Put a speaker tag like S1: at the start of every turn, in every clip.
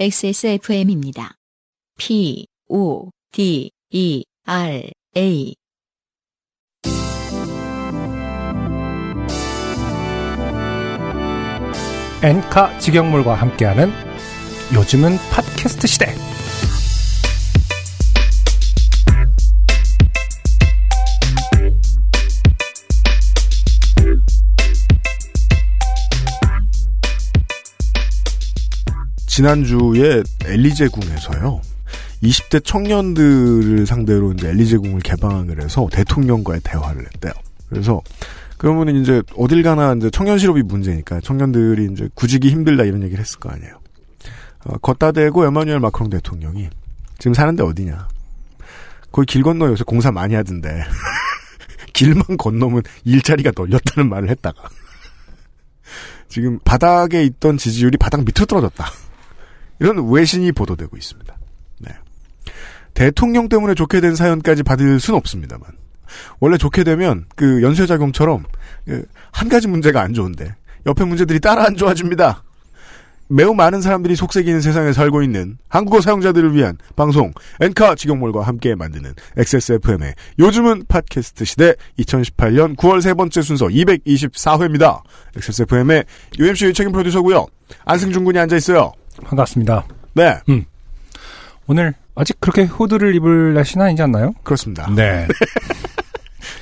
S1: XSFM입니다. P, O, D, E, R, A.
S2: 엔카 직영몰과 함께하는 요즘은 팟캐스트 시대.
S3: 지난주에 엘리제궁에서요. 20대 청년들을 상대로 이제 엘리제궁을 개방을 해서 대통령과의 대화를 했대요. 그래서 그러면 이제 어딜 가나 이제 청년 실업이 문제니까 청년들이 이제 구직이 힘들다 이런 얘기를 했을 거 아니에요. 어, 걷다 대고 에마뉴엘 마크롱 대통령이 지금 사는데 어디냐? 거기 길 건너 요새 공사 많이 하던데 길만 건너면 일자리가 널렸다는 말을 했다가 지금 바닥에 있던 지지율이 바닥 밑으로 떨어졌다. 이런 외신이 보도되고 있습니다. 네. 대통령 때문에 좋게 된 사연까지 받을 순 없습니다만. 원래 좋게 되면 그 연쇄작용처럼 그한 가지 문제가 안 좋은데 옆에 문제들이 따라 안 좋아집니다. 매우 많은 사람들이 속색이는 세상에 살고 있는 한국어 사용자들을 위한 방송 엔카 직영몰과 함께 만드는 XSFM의 요즘은 팟캐스트 시대 2018년 9월 세 번째 순서 224회입니다. XSFM의 UMC 책임 프로듀서고요. 안승준 군이 앉아 있어요.
S2: 반갑습니다.
S3: 네,
S2: 오늘 아직 그렇게 후드를 입을 날씨는 아니지 않나요?
S3: 그렇습니다.
S2: 네.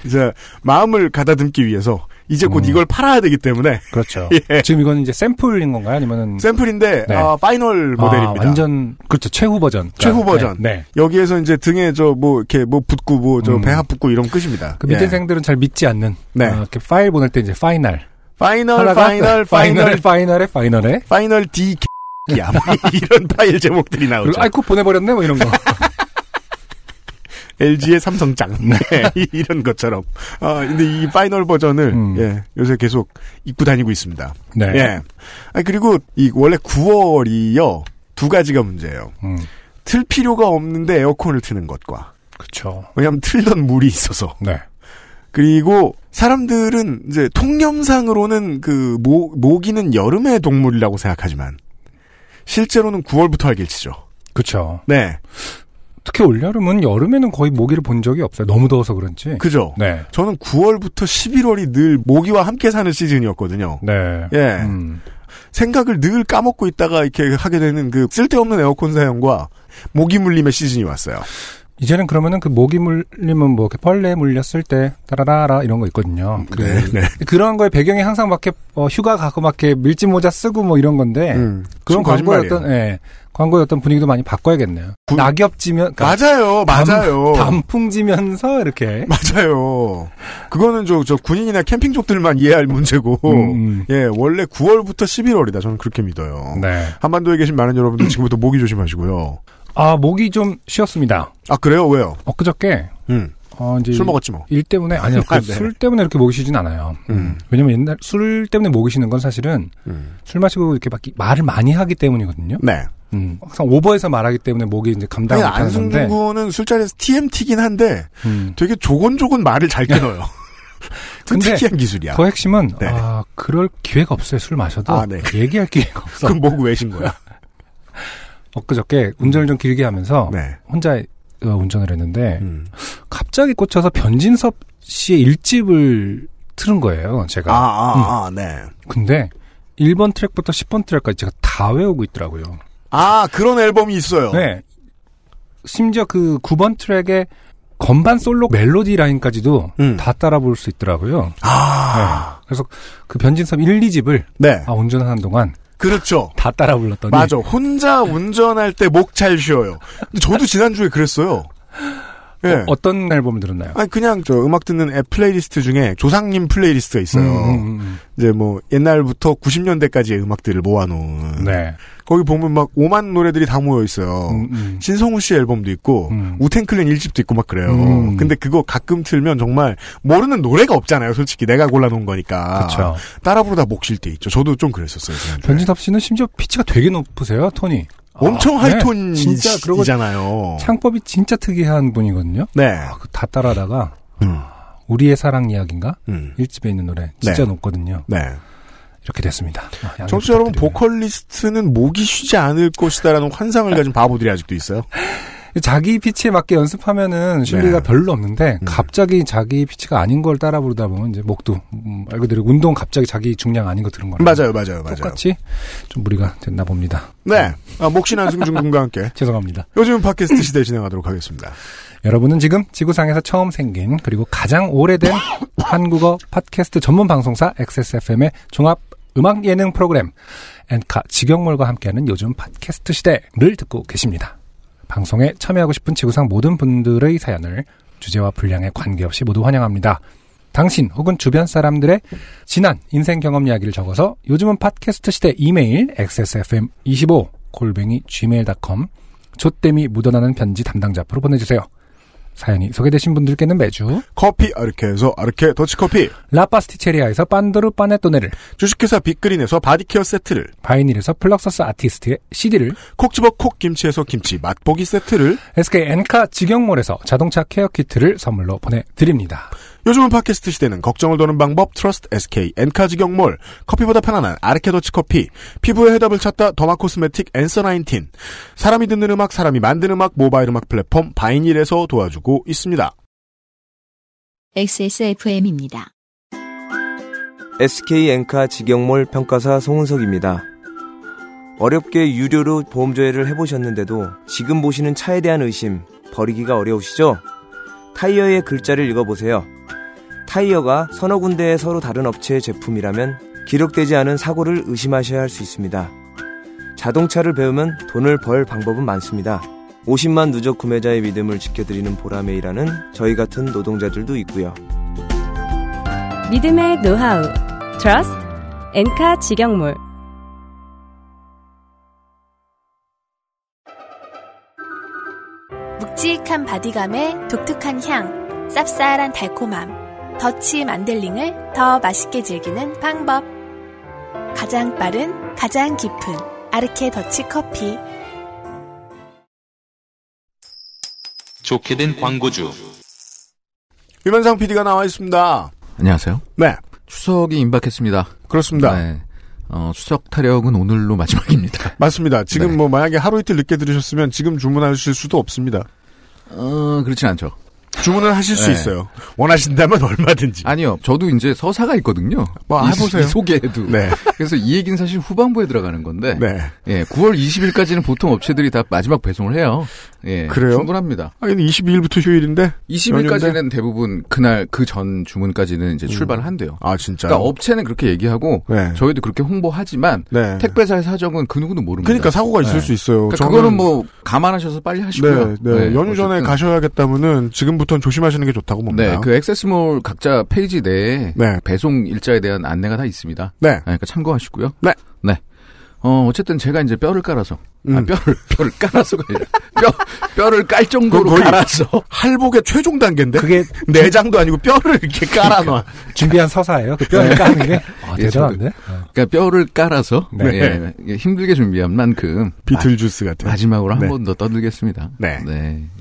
S3: 이제 마음을 가다듬기 위해서 이제 곧
S2: 음.
S3: 이걸 팔아야 되기 때문에
S2: 그렇죠.
S3: 예.
S2: 지금 이건 이제 샘플인 건가요? 아니면은
S3: 샘플인데
S2: 네.
S3: 아, 파이널
S2: 아,
S3: 모델입니다.
S2: 완전 그렇죠. 최후 버전.
S3: 최후
S2: 그러니까,
S3: 버전.
S2: 네. 네.
S3: 여기에서 이제 등에 저 뭐 이렇게 뭐 붙고 뭐 저
S2: 음.
S3: 배합 붙고 이런 끝입니다.
S2: 그
S3: 예.
S2: 미대생들은 잘 믿지 않는
S3: 네. 아,
S2: 어, 이렇게 파일 보낼 때 이제 파이널.
S3: 파이널
S2: 하다가
S3: 파이널
S2: 파이널에
S3: 파이널
S2: 파이널에 파이널에.
S3: 파이널 D 야뭐 이런 파일 제목들이 나오죠.
S2: 그리고 아이쿠 보내버렸네 뭐 이런 거.
S3: LG의 삼성장 네, 이- 이런 것처럼. 아 근데 이 파이널 버전을
S2: 음.
S3: 예, 요새 계속 입고 다니고 있습니다.
S2: 네.
S3: 예. 아 그리고 이 원래 9월이요 두 가지가 문제예요.
S2: 음.
S3: 틀 필요가 없는데 에어컨을 트는 것과
S2: 그렇죠.
S3: 왜냐하면 틀던 물이 있어서
S2: 네.
S3: 그리고 사람들은 이제 통념상으로는 그 모, 모기는 여름의 동물이라고 생각하지만 실제로는 9월부터 알길치죠.
S2: 그렇죠.
S3: 네,
S2: 특히 올여름은 여름에는 거의 모기를 본 적이 없어요. 너무 더워서 그런지.
S3: 그죠.
S2: 네.
S3: 저는 9월부터 11월이 늘 모기와 함께 사는 시즌이었거든요.
S2: 네.
S3: 예.
S2: 음.
S3: 생각을 늘 까먹고 있다가 이렇게 하게 되는 그 쓸데없는 에어컨 사용과 모기 물림의 시즌이 왔어요.
S2: 이제는 그러면은 그 모기 물리면 뭐 이렇게 벌레 물렸을 때 따라라라 이런 거 있거든요. 그
S3: 네.
S2: 그런 거에 배경에 항상 막 이렇게 어, 휴가 가고 막 이렇게 밀짚 모자 쓰고 뭐 이런 건데
S3: 음, 지금
S2: 그런
S3: 거짓말이에요.
S2: 광고였던 예. 광고의 어떤 분위기도 많이 바꿔야겠네요.
S3: 구-
S2: 낙엽 지면 그러니까
S3: 맞아요, 맞아요.
S2: 단풍 지면서 이렇게
S3: 맞아요. 그거는 저, 저 군인이나 캠핑족들만 이해할 문제고.
S2: 음,
S3: 예, 원래 9월부터 11월이다. 저는 그렇게 믿어요.
S2: 음. 네.
S3: 한반도에 계신 많은 여러분들 지금부터 모기 조심하시고요.
S2: 아, 목이 좀 쉬었습니다.
S3: 아 그래요? 왜요?
S2: 엊그저께
S3: 음,
S2: 어 이제
S3: 술 먹었지 뭐.
S2: 일 때문에 아니요. 그
S3: 아, 네.
S2: 술 때문에 이렇게 목이 쉬진 않아요.
S3: 음.
S2: 왜냐면 옛날 술 때문에 목이 쉬는 건 사실은
S3: 음.
S2: 술 마시고 이렇게 막 이- 말을 많이 하기 때문이거든요.
S3: 네.
S2: 음, 항상 오버해서 말하기 때문에 목이 이제 감당
S3: 아니,
S2: 못하는 건데.
S3: 네, 안승준 군은 술자리에서 TMT긴 한데
S2: 음.
S3: 되게 조곤조곤 말을 잘 끊어요. 그
S2: 근데
S3: 특이한 기술이야.
S2: 그 핵심은
S3: 네.
S2: 아 그럴 기회가 없어요. 술 마셔도
S3: 아, 네.
S2: 얘기할 기회가 없어.
S3: 그럼 뭐고 외신 거야?
S2: 엊그저께 운전을 좀 길게 하면서
S3: 네.
S2: 혼자 어, 운전을 했는데
S3: 음.
S2: 갑자기 꽂혀서 변진섭 씨의 일집을 틀은 거예요. 제가.
S3: 아, 아, 아, 네.
S2: 근데 1번 트랙부터 10번 트랙까지 제가 다 외우고 있더라고요.
S3: 아, 그런 앨범이 있어요.
S2: 네. 심지어 그 9번 트랙의 건반 솔로 멜로디 라인까지도
S3: 음.
S2: 다 따라 부를 수 있더라고요.
S3: 아,
S2: 그래서 그 변진섭 1, 2집을
S3: 네.
S2: 아, 운전하는 동안
S3: 그렇죠.
S2: 다 따라 불렀더니
S3: 맞아. 혼자
S2: 네.
S3: 운전할 때 목 잘 쉬어요. 근데 저도 지난주에 그랬어요. 예.
S2: 어, 어떤 앨범을 들었나요?
S3: 아니, 그냥 저 음악 듣는 앱 플레이리스트 중에 조상님 플레이리스트가 있어요.
S2: 음, 음, 음,
S3: 이제 뭐 옛날부터 90년대까지의 음악들을 모아놓은
S2: 음. 네.
S3: 거기 보면 막 오만 노래들이 다 모여 있어요.
S2: 음, 음.
S3: 신성우 씨 앨범도 있고
S2: 음.
S3: 우텐클랜 1집도 있고 막 그래요.
S2: 음.
S3: 근데 그거 가끔 틀면 정말 모르는 노래가 없잖아요. 솔직히 내가 골라놓은 거니까
S2: 그렇죠.
S3: 따라 부르다 목 쉴 때 있죠. 저도 좀 그랬었어요. 지난주에.
S2: 변진섭 씨는 심지어 피치가 되게 높으세요, 톤이.
S3: 네. 엄청
S2: 아, 네. 진짜 그러고
S3: 하이톤이잖아요.
S2: 창법이 진짜 특이한 분이거든요.
S3: 네.
S2: 아, 그다 따라하다가
S3: 음.
S2: 우리의 사랑 이야기인가?
S3: 음.
S2: 일집에 있는 노래 진짜
S3: 네.
S2: 높거든요.
S3: 네.
S2: 이렇게 됐습니다. 아, 양해
S3: 청취자 여러분
S2: 부탁드리고요.
S3: 보컬리스트는 목이 쉬지 않을 것이다라는 환상을 가진 바보들이 아직도 있어요.
S2: 자기 피치에 맞게 연습하면은 실리가
S3: 네.
S2: 별로 없는데
S3: 음.
S2: 갑자기 자기 피치가 아닌 걸 따라 부르다 보면 이제 목도 음, 말 그대로 운동 갑자기 자기 중량 아닌 거 들은 거랑
S3: 맞아요, 맞아요, 맞아요.
S2: 똑같이 좀 무리가 됐나 봅니다.
S3: 네, 아, 목신 안승준 군과 함께
S2: 죄송합니다.
S3: 요즘 팟캐스트 시대 진행하도록 하겠습니다.
S2: 여러분은 지금 지구상에서 처음 생긴 그리고 가장 오래된 한국어 팟캐스트 전문 방송사 XSFM의 종합 음악 예능 프로그램 엔카 직영몰과 함께하는 요즘 팟캐스트 시대를 듣고 계십니다. 방송에 참여하고 싶은 지구상 모든 분들의 사연을 주제와 분량에 관계없이 모두 환영합니다. 당신 혹은 주변 사람들의 지난 인생 경험 이야기를 적어서 요즘은 팟캐스트 시대 이메일 xsfm25 골뱅이 gmail.com 조땜이 묻어나는 편지 담당자 앞으로 보내주세요. 사연이 소개되신 분들께는 매주
S3: 커피 아르케에서 아르케 더치커피,
S2: 라파스티체리아에서 빤도르 빠네토네를
S3: 주식회사 빅그린에서 바디케어 세트를,
S2: 바이닐에서 플럭서스 아티스트의 CD를
S3: 콕 집어 콕 김치에서 김치 맛보기 세트를,
S2: SK 엔카 직영몰에서 자동차 케어 키트를 선물로 보내드립니다.
S3: 요즘은 팟캐스트 시대는 걱정을 도는 방법 트러스트 SK 엔카 직영몰 커피보다 편안한 아르케 더치커피 피부의 해답을 찾다 더마 코스메틱 앤서 19 사람이 듣는 음악 사람이 만든 음악 모바일 음악 플랫폼 바이닐에서 도와주고 있습니다.
S1: XSFM입니다.
S4: SK 엔카 직영몰 평가사 송은석입니다. 어렵게 유료로 보험조회를 해보셨는데도 지금 보시는 차에 대한 의심 버리기가 어려우시죠? 타이어의 글자를 읽어보세요. 타이어가 서너 군데의 서로 다른 업체의 제품이라면 기록되지 않은 사고를 의심하셔야 할 수 있습니다. 자동차를 배우면 돈을 벌 방법은 많습니다. 50만 누적 구매자의 믿음을 지켜드리는 보람에 일하는 저희 같은 노동자들도 있고요.
S5: 믿음의 노하우 트러스트 엔카 직영몰
S6: 묵직한 바디감에 독특한 향, 쌉쌀한 달콤함, 더치 만델링을 더 맛있게 즐기는 방법. 가장 빠른, 가장 깊은 아르케 더치 커피.
S7: 좋게 된 광고주.
S3: 유면상 PD가 나와 있습니다.
S8: 안녕하세요.
S3: 네
S8: 추석이 임박했습니다.
S3: 그렇습니다.
S8: 네. 어, 추석 타령은 오늘로 마지막입니다.
S3: 맞습니다. 지금
S8: 네.
S3: 뭐 만약에 하루 이틀 늦게 들으셨으면 지금 주문하실 수도 없습니다.
S8: 어, 그렇진 않죠.
S3: 주문을 하실 수
S8: 네.
S3: 있어요. 원하신다면 얼마든지.
S8: 아니요. 저도 이제 서사가 있거든요.
S3: 뭐,
S8: 이,
S3: 해보세요.
S8: 이 소개에도.
S3: 네,
S8: 그래서 이 얘기는 사실 후반부에 들어가는 건데.
S3: 네.
S8: 예, 9월 20일까지는 보통 업체들이 다 마지막 배송을 해요. 예.
S3: 그래요?
S8: 충분합니다.
S3: 아, 근데 22일부터 휴일인데?
S8: 20일까지는 대부분 그날 그 전 주문까지는 이제 출발을 한대요.
S3: 아, 진짜요?
S8: 그러니까 업체는 그렇게 얘기하고
S3: 네.
S8: 저희도 그렇게 홍보하지만
S3: 네.
S8: 택배사의 사정은 그 누구도 모릅니다.
S3: 그러니까 사고가 있을
S8: 네.
S3: 수 있어요.
S8: 그러니까
S3: 저는-
S8: 그거는 뭐 감안하셔서 빨리 하시고요.
S3: 네, 네. 연휴 전에
S8: 어쨌든.
S3: 가셔야겠다면은 지금부터는 조심하시는 게 좋다고 봅니다.
S8: 네, 그 액세스몰 각자 페이지 내에
S3: 네.
S8: 배송 일자에 대한 안내가 다 있습니다. 아,
S3: 네.
S8: 그러니까 참고하시고요.
S3: 네.
S8: 네. 어, 어쨌든 제가 이제 뼈를 깔아서 아,
S3: 음.
S8: 뼈를 뼈를 깔아서가 아니라 뼈 뼈를 깔 정도로
S3: 그건 거의-
S8: 깔아서
S3: 할복의 최종 단계인데 네. 그러니까.
S2: 그게
S3: 내장도 아니고 뼈를 이렇게 깔아놔.
S2: 준비한 서사예요. 그
S3: 네.
S2: 뼈를 까는 게 아,
S8: 예,
S2: 대단한데. 어.
S8: 그러니까 뼈를 깔아서
S2: 네.
S8: 예, 예, 힘들게 준비한 만큼 아,
S3: 비틀주스
S8: 마-
S3: 같은.
S8: 마지막으로 한
S3: 네.
S8: 번 더 떠들겠습니다.
S3: 네.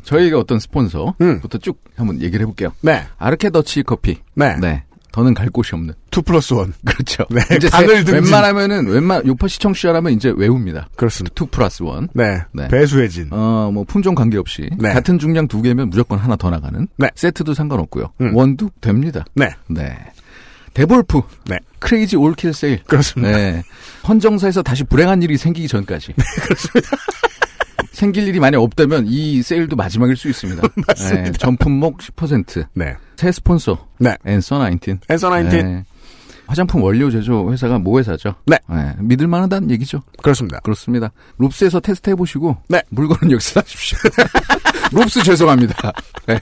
S8: 저희가 어떤 스폰서부터
S3: 음.
S8: 쭉 한번 얘기를 해볼게요.
S3: 네,
S8: 아르케 더치 커피.
S3: 네,
S8: 네. 더는 갈 곳이 없는.
S3: 투 플러스 원
S8: 그렇죠.
S3: 네,
S8: 이제
S3: 간을
S8: 세-
S3: 등진.
S8: 웬만하면은 웬만 요파 시청자라면 이제 외웁니다.
S3: 그렇습니다.
S8: 2 플러스 1.
S3: 네,
S8: 네.
S3: 배수해진.
S8: 어, 뭐 품종 관계없이
S3: 네.
S8: 같은 중량 두 개면 무조건 하나 더 나가는
S3: 네.
S8: 세트도 상관없고요.
S3: 음.
S8: 원도 됩니다.
S3: 네.
S8: 네. 데볼프.
S3: 네. 음.
S8: 크레이지 올킬 세일.
S3: 그렇습니다.
S8: 네. 헌정사에서 다시 불행한 일이 생기기 전까지.
S3: 네,
S8: 생길 일이 많이 없다면 이 세일도 마지막일 수 있습니다. 맞습니다. 전품목 10%.
S3: 네,
S8: 새 스폰서.
S3: 네.
S8: 앤서 19.
S3: 앤서 19.
S8: 네. 화장품 원료 제조 회사가 모회사죠.
S3: 네.
S8: 믿을 만하다는 얘기죠.
S3: 그렇습니다.
S8: 그렇습니다. 롭스에서 테스트 해보시고.
S3: 네.
S8: 물건은 여기서 사십시오. 롭스 죄송합니다. 네.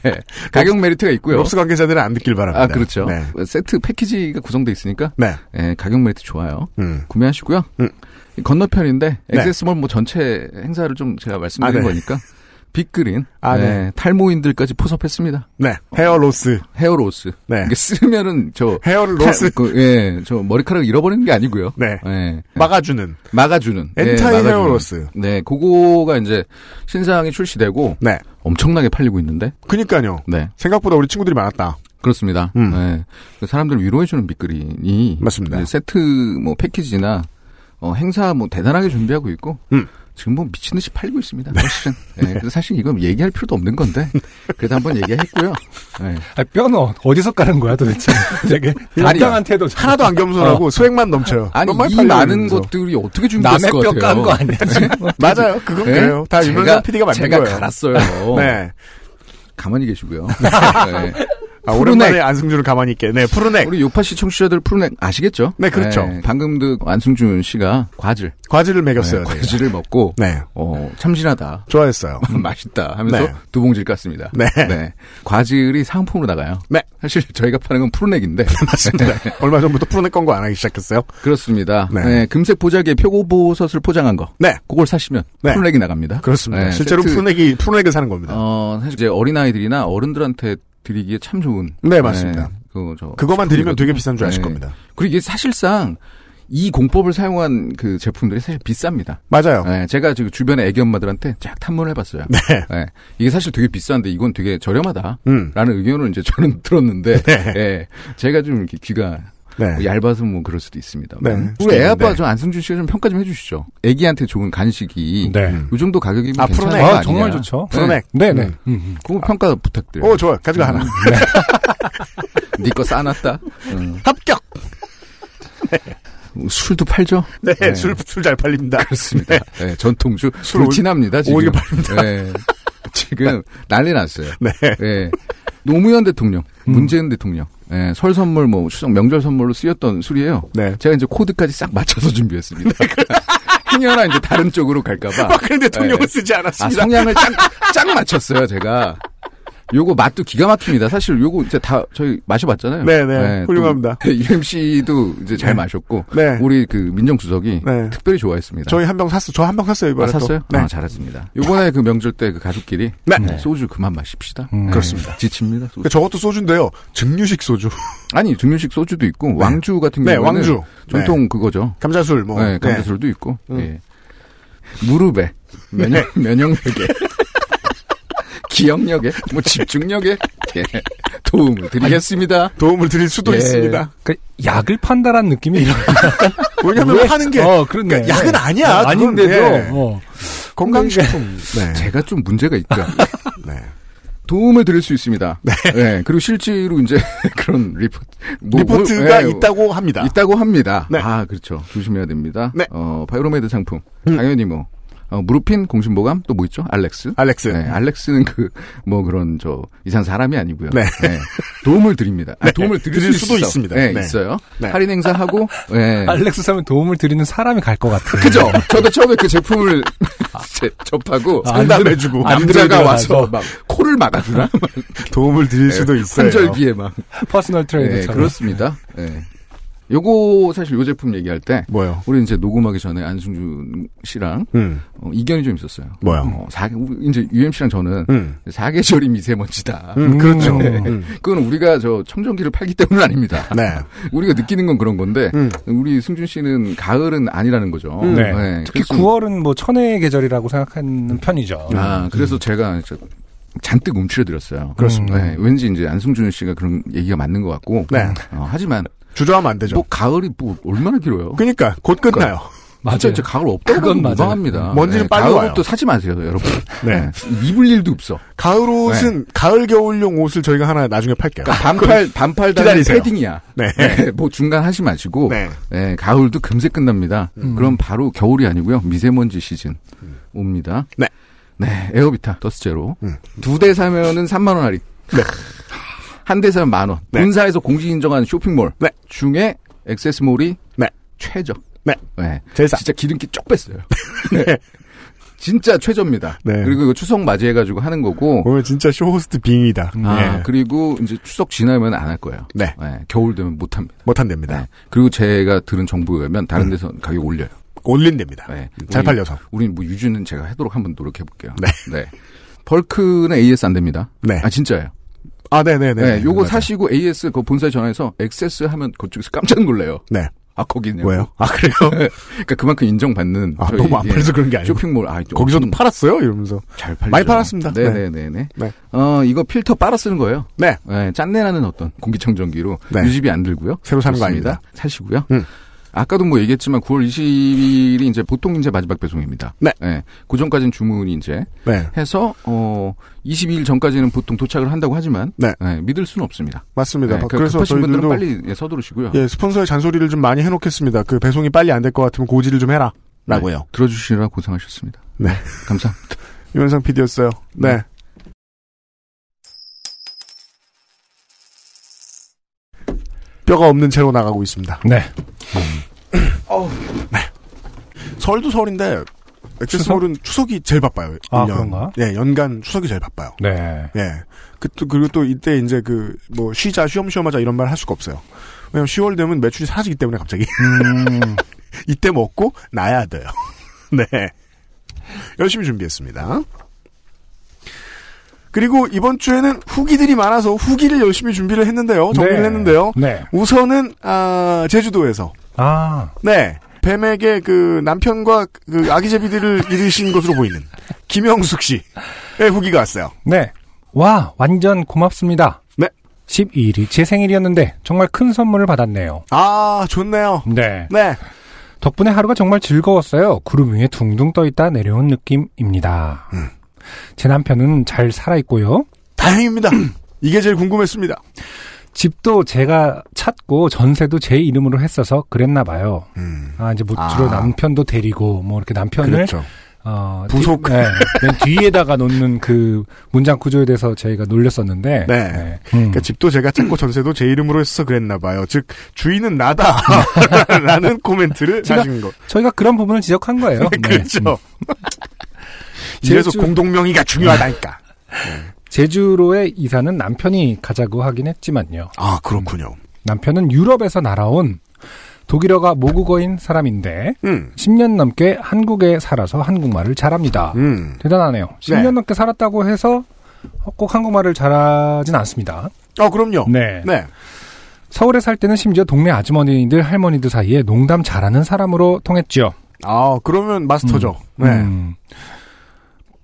S8: 가격 메리트가 있고요.
S3: 롭스 관계자들은 안 느낄 바랍니다.
S8: 아, 그렇죠.
S3: 네,
S8: 세트 패키지가 구성돼 있으니까.
S3: 네,
S8: 네, 가격 메리트 좋아요.
S3: 음.
S8: 구매하시고요.
S3: 음.
S8: 이 건너편인데
S3: 네.
S8: 엑세스몰 뭐 전체 행사를 좀 제가 말씀드린
S3: 아, 네.
S8: 거니까 빅그린
S3: 아, 네.
S8: 네, 탈모인들까지 포섭했습니다.
S3: 네, 헤어 로스.
S8: 헤어 로스.
S3: 네.
S8: 이게 쓰면은 저
S3: 헤어 로스.
S8: 탈- 그, 예, 저 머리카락 잃어버리는 게 아니고요.
S3: 네.
S8: 예.
S3: 막아주는.
S8: 막아주는 예,
S3: 엔타이
S8: 막아주는.
S3: 헤어 로스.
S8: 네, 그거가 이제 신상이 출시되고
S3: 네.
S8: 엄청나게 팔리고 있는데.
S3: 그니까요.
S8: 네.
S3: 생각보다 우리 친구들이 많았다.
S8: 그렇습니다.
S3: 음.
S8: 네. 그 사람들 을 위로해주는 밑그림이
S3: 맞습니다.
S8: 이제 세트 뭐 패키지나 어, 행사 뭐 대단하게 준비하고 있고
S3: 음.
S8: 지금 뭐 미친 듯이 팔리고 있습니다. 사실은. 네, 그래서 사실 이건 얘기할 필요도 없는 건데 그래도 한번 얘기했고요. 네.
S2: 아, 뼈는 어- 어디서 까는 거야 도대체? 되게 당당한태도
S3: 하나도 안 겸손하고 수액만 넘쳐요. 뭐
S8: 아니
S3: 너무 많이
S8: 이
S3: 팔려요,
S8: 많은
S3: 그러면서.
S8: 것들이 어떻게
S2: 남의
S8: 준비됐을 것
S2: 뼈
S8: 같아요?
S2: 깐 거 아니야? 지금?
S3: 맞아요. 그건 그래요. 다
S8: 네. 제가-
S3: 유명한 PD가 만든
S8: 제가
S3: 거예요.
S8: 갈았어요.
S3: 네.
S8: 가만히 계시고요. 네.
S3: 아, 오랜만에 안승준을 가만히 있게. 네, 푸른액.
S8: 우리 요파 씨 청취자들 푸른액 아시겠죠?
S3: 네, 그렇죠.
S8: 방금도 안승준 씨가 과즙,
S3: 과즙을
S8: 네,
S3: 먹였어요. 저희가.
S8: 과즙을 먹고
S3: 네.
S8: 어, 참신하다.
S3: 좋아했어요.
S8: 맛있다 하면서
S3: 네.
S8: 두 봉지를 깠습니다.
S3: 네.
S8: 과질이 상품으로 나가요.
S3: 네.
S8: 사실 저희가 파는 건 푸른액인데.
S3: 맞습니다. 네. 얼마 전부터 푸른액 광고 안 하기 시작했어요.
S8: 그렇습니다.
S3: 네.
S8: 네, 금색 보자기에 표고버섯을 포장한 거.
S3: 네.
S8: 그걸 사시면
S3: 네.
S8: 푸른액이 나갑니다.
S3: 그렇습니다.
S8: 네,
S3: 실제로
S8: 세트-
S3: 푸른액이, 푸른액을 사는 겁니다.
S8: 어, 사실 이제 어린아이들이나 어른들한테 드리기에 참 좋은.
S3: 네, 맞습니다.
S8: 그, 저,
S3: 그거만 드리면 되게 비싼 줄 아실
S8: 네.
S3: 겁니다.
S8: 그리고 이게 사실상 이 공법을 사용한 그 제품들이 사실 비쌉니다.
S3: 맞아요.
S8: 네, 제가 지금 주변의 애기 엄마들한테 쫙 탐문을 해봤어요.
S3: 네.
S8: 네, 이게 사실 되게 비싼데 이건 되게 저렴하다.
S3: 음.
S8: 라는 의견을 이제 저는 들었는데,
S3: 네.
S8: 예, 제가 좀 이렇게 귀가
S3: 네.
S8: 얇아서 뭐 그럴 수도 있습니다.
S3: 네.
S8: 우리 애 아빠
S3: 네.
S8: 좀 안승준 씨가 좀 평가 좀 해주시죠. 애기한테 좋은 간식이
S2: 네.
S8: 이 정도 가격이면
S3: 아,
S8: 괜찮은
S3: 푸른액.
S8: 거
S2: 아,
S8: 아니냐.
S2: 정말 좋죠.
S3: 푸른액.
S2: 네, 네.
S3: 음. 네.
S2: 음,
S8: 그거 평가 부탁드려요.
S3: 오, 좋아요. 가지고 하나.
S8: 네 니거 싸놨다. 음.
S3: 합격!
S8: 뭐 술도 팔죠.
S3: 네,
S8: 네.
S3: 술, 술 잘 팔립니다.
S8: 그렇습니다. 네, 전통주
S3: 술
S8: 술 진합니다. 지금.
S3: 오히려 팔립니다.
S8: 네. 지금 난리 났어요.
S3: 네. 음.
S8: 예. 노무현 대통령, 문재인 대통령, 예, 설 선물, 뭐, 추석 명절 선물로 쓰였던 술이에요.
S3: 네.
S8: 제가 이제 코드까지 싹 맞춰서 준비했습니다. 행여나 이제 다른 쪽으로 갈까봐.
S3: 박근혜 대통령은
S8: 예.
S3: 쓰지
S8: 아,
S3: 않았습니다.
S8: 성향을 짱, 짱 맞췄어요, 제가. 요거 맛도 기가 막힙니다. 사실 요거 이제 다 저희 마셔봤잖아요.
S3: 네네,
S8: 예, 또
S3: 훌륭합니다.
S8: UMC도 이제 잘
S3: 네.
S8: 마셨고,
S3: 네.
S8: 우리 그 민정수석이
S3: 네.
S8: 특별히 좋아했습니다.
S3: 저희 한 병 샀어. 저 한 병 샀어요,
S8: 아,
S3: 이번에. 또.
S8: 샀어요?
S3: 네.
S8: 아, 잘했습니다. 요번에 그 명절 때 그 가족끼리
S3: 네.
S8: 네, 소주 그만 마십시다.
S2: 음,
S8: 네,
S3: 그렇습니다.
S8: 지칩니다. 소주.
S3: 그러니까 저것도 소주인데요. 증류식 소주.
S8: 아니 중류식 소주도 있고 왕주 같은
S3: 네,
S8: 경우는
S3: 왕주. 네.
S8: 전통 그거죠.
S3: 감자술, 뭐.
S8: 네, 감자술도 있고
S3: 음.
S8: 예. 무릎에 면역
S3: 네.
S8: 면역력에 기억력에 뭐 집중력에 예, 도움을 드리겠습니다.
S3: 도움을 드릴 수도
S8: 예.
S3: 있습니다.
S2: 그 약을 판다라는 느낌이 이런.
S3: 왜냐면
S2: 왜?
S3: 파는 게
S2: 어, 그렇네.
S3: 그러니까 약은 아니야.
S2: 아,
S3: 그건.
S2: 아닌데도
S3: 예.
S2: 어.
S3: 건강식품. 네.
S8: 제가 좀 문제가 있다.
S3: 네.
S8: 도움을 드릴 수 있습니다. 네. 그리고 실제로 이제 그런 리포트 뭐,
S3: 리포트가
S8: 뭐, 예,
S3: 있다고 합니다.
S8: 있다고 합니다.
S3: 네.
S8: 아, 그렇죠. 조심해야 됩니다.
S3: 네.
S8: 어, 바이로메드 상품. 당연히 뭐, 어, 무르핀, 공신보감, 또 뭐 있죠? 알렉스.
S3: 알렉스.
S8: 네, 알렉스는 그, 뭐 그런, 저, 이상 사람이 아니고요.
S3: 네.
S8: 도움을 드립니다. 아, 도움을 드릴,
S3: 드릴
S8: 수
S3: 수도
S8: 있어.
S3: 있습니다.
S8: 네,
S3: 네.
S8: 있어요.
S3: 네.
S8: 할인 행사하고, 네.
S2: 알렉스 사면 도움을 드리는 사람이 갈 것 네. 같아.
S8: 그죠? 저도 처음에 그 제품을 제- 접하고,
S2: 아,
S3: 상담해주고
S2: 안
S8: 뭐 남자가
S2: 들어가서.
S8: 와서 막 코를 막아주나? 막
S3: 도움을 드릴 수도 있어요.
S8: 환절기에 막. 네,
S2: 퍼스널 트레이너처럼.
S8: 그렇습니다. 네. 요거, 사실 요 제품 얘기할 때,
S3: 뭐요?
S8: 우리 이제 녹음하기 전에 안승준 씨랑
S3: 음.
S8: 어, 이견이 좀 있었어요.
S3: 뭐요?
S8: 어, 사- 우리 이제 UMC랑 저는
S3: 음.
S8: 사계절이 미세먼지다.
S3: 음, 그렇죠.
S8: 네.
S3: 음.
S8: 그건 우리가 저 청정기를 팔기 때문은 아닙니다.
S3: 네.
S8: 우리가 느끼는 건 그런 건데
S3: 음.
S8: 우리 승준 씨는 가을은 아니라는 거죠.
S2: 네. 특히
S8: 그래서-
S2: 9월은 뭐 천혜의 계절이라고 생각하는 편이죠.
S8: 아
S3: 음.
S8: 그래서 제가 저- 잔뜩 움츠려드렸어요.
S2: 그렇습니다.
S8: 네, 왠지 이제 안승준 씨가 그런 얘기가 맞는 것 같고.
S3: 네.
S8: 어, 하지만
S3: 주저하면 안 되죠.
S8: 뭐 가을이 뭐 얼마나 길어요?
S3: 그러니까 곧 끝나요.
S8: 진짜 이제 가을 없다고
S2: 그건
S8: 그건
S2: 맞아요.
S8: 무방합니다. 네,
S3: 먼지는 빨리
S8: 가을
S3: 와요.
S8: 옷도 사지 마세요, 여러분.
S3: 네.
S8: 입을 일도 없어.
S3: 가을 옷은 가을 겨울용 옷을 저희가 하나 나중에 팔게요.
S8: 네. 그러니까 반팔 반팔 달린
S3: 아, 기다리세요.
S8: 패딩이야.
S3: 네.
S8: 네, 뭐 중간 하지 마시고
S3: 네.
S8: 네, 가을도 금세 끝납니다.
S2: 음.
S8: 그럼 바로 겨울이 아니고요 미세먼지 시즌 옵니다.
S3: 네.
S8: 네, 에어비타 더스 제로
S3: 음.
S8: 두 대 사면은 3만 원 할인.
S3: 네.
S8: 한 대 사면 만 원.
S3: 네.
S8: 본사에서 공식 인정한 쇼핑몰
S3: 네.
S8: 중에 엑세스몰이
S3: 네.
S8: 최저.
S3: 네. 제일 싸.
S8: 진짜 기름기 쪽 뺐어요. 네. 진짜 최저입니다.
S3: 네.
S8: 그리고 이거 추석 맞이해가지고 하는 거고
S3: 오늘 진짜 쇼호스트 빙이다.
S8: 아,
S3: 예.
S8: 그리고 이제 추석 지나면 안 할 거예요.
S3: 네.
S8: 겨울 되면 못 합니다. 네.
S3: 못한답니다.
S8: 그리고 제가 들은 정보에 의하면 다른 데서 가격 올려요.
S3: 올린답니다.
S8: 네.
S3: 음. 잘
S8: 우리-
S3: 팔려서.
S8: 우린 뭐 유주는 제가 하도록 한번 노력해 볼게요.
S3: 네.
S8: 벌크는 AS 안 됩니다.
S3: 네.
S8: 아, 진짜예요.
S3: 아, 네네네.
S8: 네. 요거
S3: 맞아요.
S8: 사시고 AS 그 본사에 전화해서 액세스 하면 그쪽에서 깜짝 놀래요.
S3: 네.
S8: 아, 거기네요.
S3: 왜요? 아 그래요?
S8: 그러니까 그만큼 인정받는.
S3: 아
S8: 저희,
S3: 너무 안
S8: 예,
S3: 팔려서 그런 게 아니고
S8: 쇼핑몰, 아,
S3: 거기서도
S8: 엄청
S3: 팔았어요 이러면서
S8: 잘 팔리죠.
S3: 많이 팔았습니다. 네.
S8: 네네네네.
S3: 네.
S8: 어, 이거 필터 빨아 쓰는 거예요.
S3: 네
S8: 네, 짠내나는 어떤 공기청정기로
S3: 네.
S8: 유지비 안 들고요.
S3: 새로 사는 거
S8: 좋습니다.
S3: 아닙니다.
S8: 사시고요.
S3: 음.
S8: 아까도 뭐 얘기했지만 9월 20일이 이제 보통 이제 마지막 배송입니다.
S3: 네.
S8: 예. 그 전까지는 주문이 이제
S3: 네
S8: 해서 어 22일 전까지는 보통 도착을 한다고 하지만
S3: 네.
S8: 예, 믿을 수는 없습니다.
S3: 맞습니다.
S8: 예, 그
S3: 그래서
S8: 급하신 분들은
S3: 저희들도
S8: 빨리 예, 서두르시고요.
S3: 예 스폰서의 잔소리를 좀 많이 해놓겠습니다. 그 배송이 빨리 안 될 것 같으면 고지를 좀 해라라고요.
S8: 들어주시느라 고생하셨습니다.
S3: 네.
S8: 감사합니다.
S3: 유현상 PD였어요. 네. 뼈가 없는 채로 나가고 있습니다.
S2: 네.
S3: 설도 설인데 엑세스몰은 추석이 제일 바빠요.
S2: 아,
S3: 1년.
S2: 그런가?
S3: 예, 연간 추석이 제일
S8: 어,
S3: 바빠요.
S2: 네.
S3: 예. 그, 또, 그리고 또 이때 이제 그, 뭐, 쉬자, 쉬엄쉬엄하자 이런 말 할 수가 없어요. 왜냐면 10월 되면 매출이 사라지기 때문에 갑자기.
S2: 음.
S3: 이때 먹고 나야 돼요. 네. 열심히 준비했습니다. 그리고 이번 주에는 후기들이 많아서 후기를 열심히 준비를 했는데요. 정리를
S2: 네.
S3: 했는데요.
S2: 네.
S3: 우선은, 아, 제주도에서.
S2: 아,
S3: 네. 뱀에게 그 남편과 그 아기제비들을 잃으신 것으로 보이는 김영숙 씨의 후기가 왔어요.
S2: 네. 와, 완전 고맙습니다.
S3: 네.
S2: 12일이 제 생일이었는데 정말 큰 선물을 받았네요.
S3: 아, 좋네요.
S2: 네.
S3: 네.
S2: 덕분에 하루가 정말 즐거웠어요. 구름 위에 둥둥 떠있다 내려온 느낌입니다.
S8: 음.
S2: 제 남편은 잘 살아있고요.
S3: 다행입니다. 이게 제일 궁금했습니다.
S2: 집도 제가 찾고 전세도 제 이름으로 했어서 그랬나 봐요. 아 이제 뭐 주로
S8: 아.
S2: 남편도 데리고 뭐 이렇게 남편을
S3: 그렇죠.
S2: 어,
S3: 부속.
S2: 뒤, 네, 맨 뒤에다가 놓는 그 문장 구조에 대해서 저희가 놀렸었는데
S3: 네.
S2: 음.
S3: 그러니까 집도 제가 찾고 전세도 제 이름으로 했어 그랬나 봐요. 즉 주인은 나다. 라는 코멘트를
S2: 제가-
S3: 하신 거.
S2: 저희가 그런 부분을 지적한 거예요. 네.
S3: 그렇죠.
S2: 음.
S3: 이래서
S2: 제주-
S3: 공동명의가 중요하다니까.
S2: 제주로의 이사는 남편이 가자고 하긴 했지만요.
S3: 아, 그렇군요.
S2: 남편은 유럽에서 날아온 독일어가 모국어인 사람인데
S3: 음.
S2: 10년 넘게 한국에 살아서 한국말을 잘합니다.
S3: 음.
S2: 대단하네요. 10년
S3: 네.
S2: 넘게 살았다고 해서 꼭 한국말을 잘하진 않습니다.
S3: 아, 그럼요.
S2: 네.
S3: 네.
S2: 서울에 살 때는 심지어 동네 아주머니들 할머니들 사이에 농담 잘하는 사람으로 통했죠.
S3: 아, 그러면 마스터죠. 네.
S2: 음.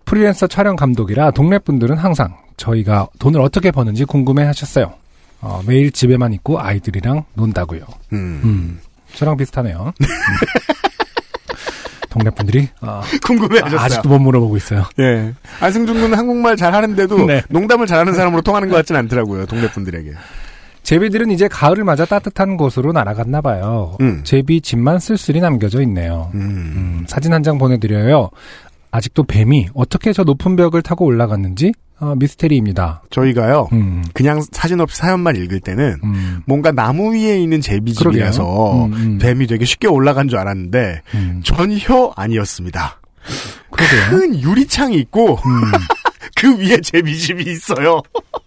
S2: 프리랜서 촬영 감독이라 동네 분들은 항상 저희가 돈을 어떻게 버는지 궁금해 하셨어요. 어, 매일 집에만 있고 아이들이랑 논다고요.
S3: 음.
S2: 음. 저랑 비슷하네요. 음. 동네 분들이 아,
S3: 궁금해하셨어요.
S2: 아직도 못 물어보고 있어요.
S3: 예. 안승준 군은 한국말 잘하는데도
S2: 네.
S3: 농담을 잘하는 사람으로 통하는 것 같진 않더라고요. 동네 분들에게.
S2: 제비들은 이제 가을을 맞아 따뜻한 곳으로 날아갔나 봐요.
S3: 음.
S2: 제비 집만 쓸쓸히 남겨져 있네요.
S3: 음.
S2: 음, 사진 한 장 보내드려요. 아직도 뱀이 어떻게 저 높은 벽을 타고 올라갔는지 어, 미스테리입니다.
S3: 저희가요.
S2: 음,
S3: 그냥 사진 없이 사연만 읽을 때는
S2: 음,
S3: 뭔가 나무 위에 있는 제비집이라서
S2: 그러게요. 음, 음.
S3: 뱀이 되게 쉽게 올라간 줄 알았는데
S2: 음.
S3: 전혀 아니었습니다.
S2: 그러게요.
S3: 큰 유리창이 있고
S2: 음.
S3: 그 위에 제비집이 있어요.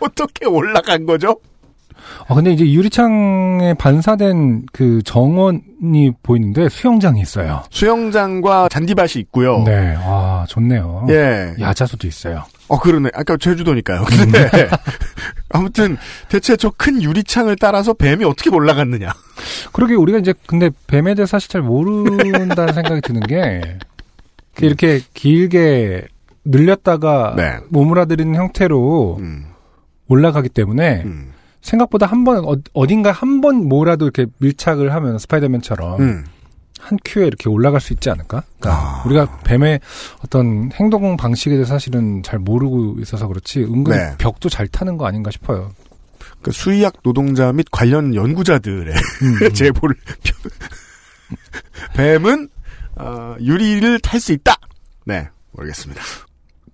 S3: 어떻게 올라간 거죠?
S2: 아, 근데 이제 유리창에 반사된 그 정원이 보이는데 수영장이 있어요.
S3: 수영장과 잔디밭이 있고요.
S2: 네, 아 좋네요.
S3: 어. 예.
S2: 야자수도 있어요.
S3: 어 그러네. 아까 제주도니까요. 근데
S2: 음.
S3: 아무튼 대체 저 큰 유리창을 따라서 뱀이 어떻게 올라갔느냐.
S2: 그러게 우리가 이제 근데 뱀에 대해 서 사실 잘 모른다는 생각이 드는 게 그 이렇게 길게 늘렸다가
S3: 예. 네.
S2: 오므라드리는 형태로
S3: 음,
S2: 올라가기 때문에
S3: 음,
S2: 생각보다 한 번 어딘가 한 번 뭐라도 이렇게 밀착을 하면 스파이더맨처럼
S3: 음.
S2: 한 큐에 이렇게 올라갈 수 있지 않을까? 그러니까
S3: 아.
S2: 우리가 뱀의 어떤 행동 방식에 대해서 사실은 잘 모르고 있어서 그렇지 은근히
S3: 네.
S2: 벽도 잘 타는 거 아닌가 싶어요.
S3: 그 수의학 노동자 및 관련 연구자들의
S2: 음.
S3: 제보를 뱀은 어, 유리를 탈 수 있다. 네, 모르겠습니다.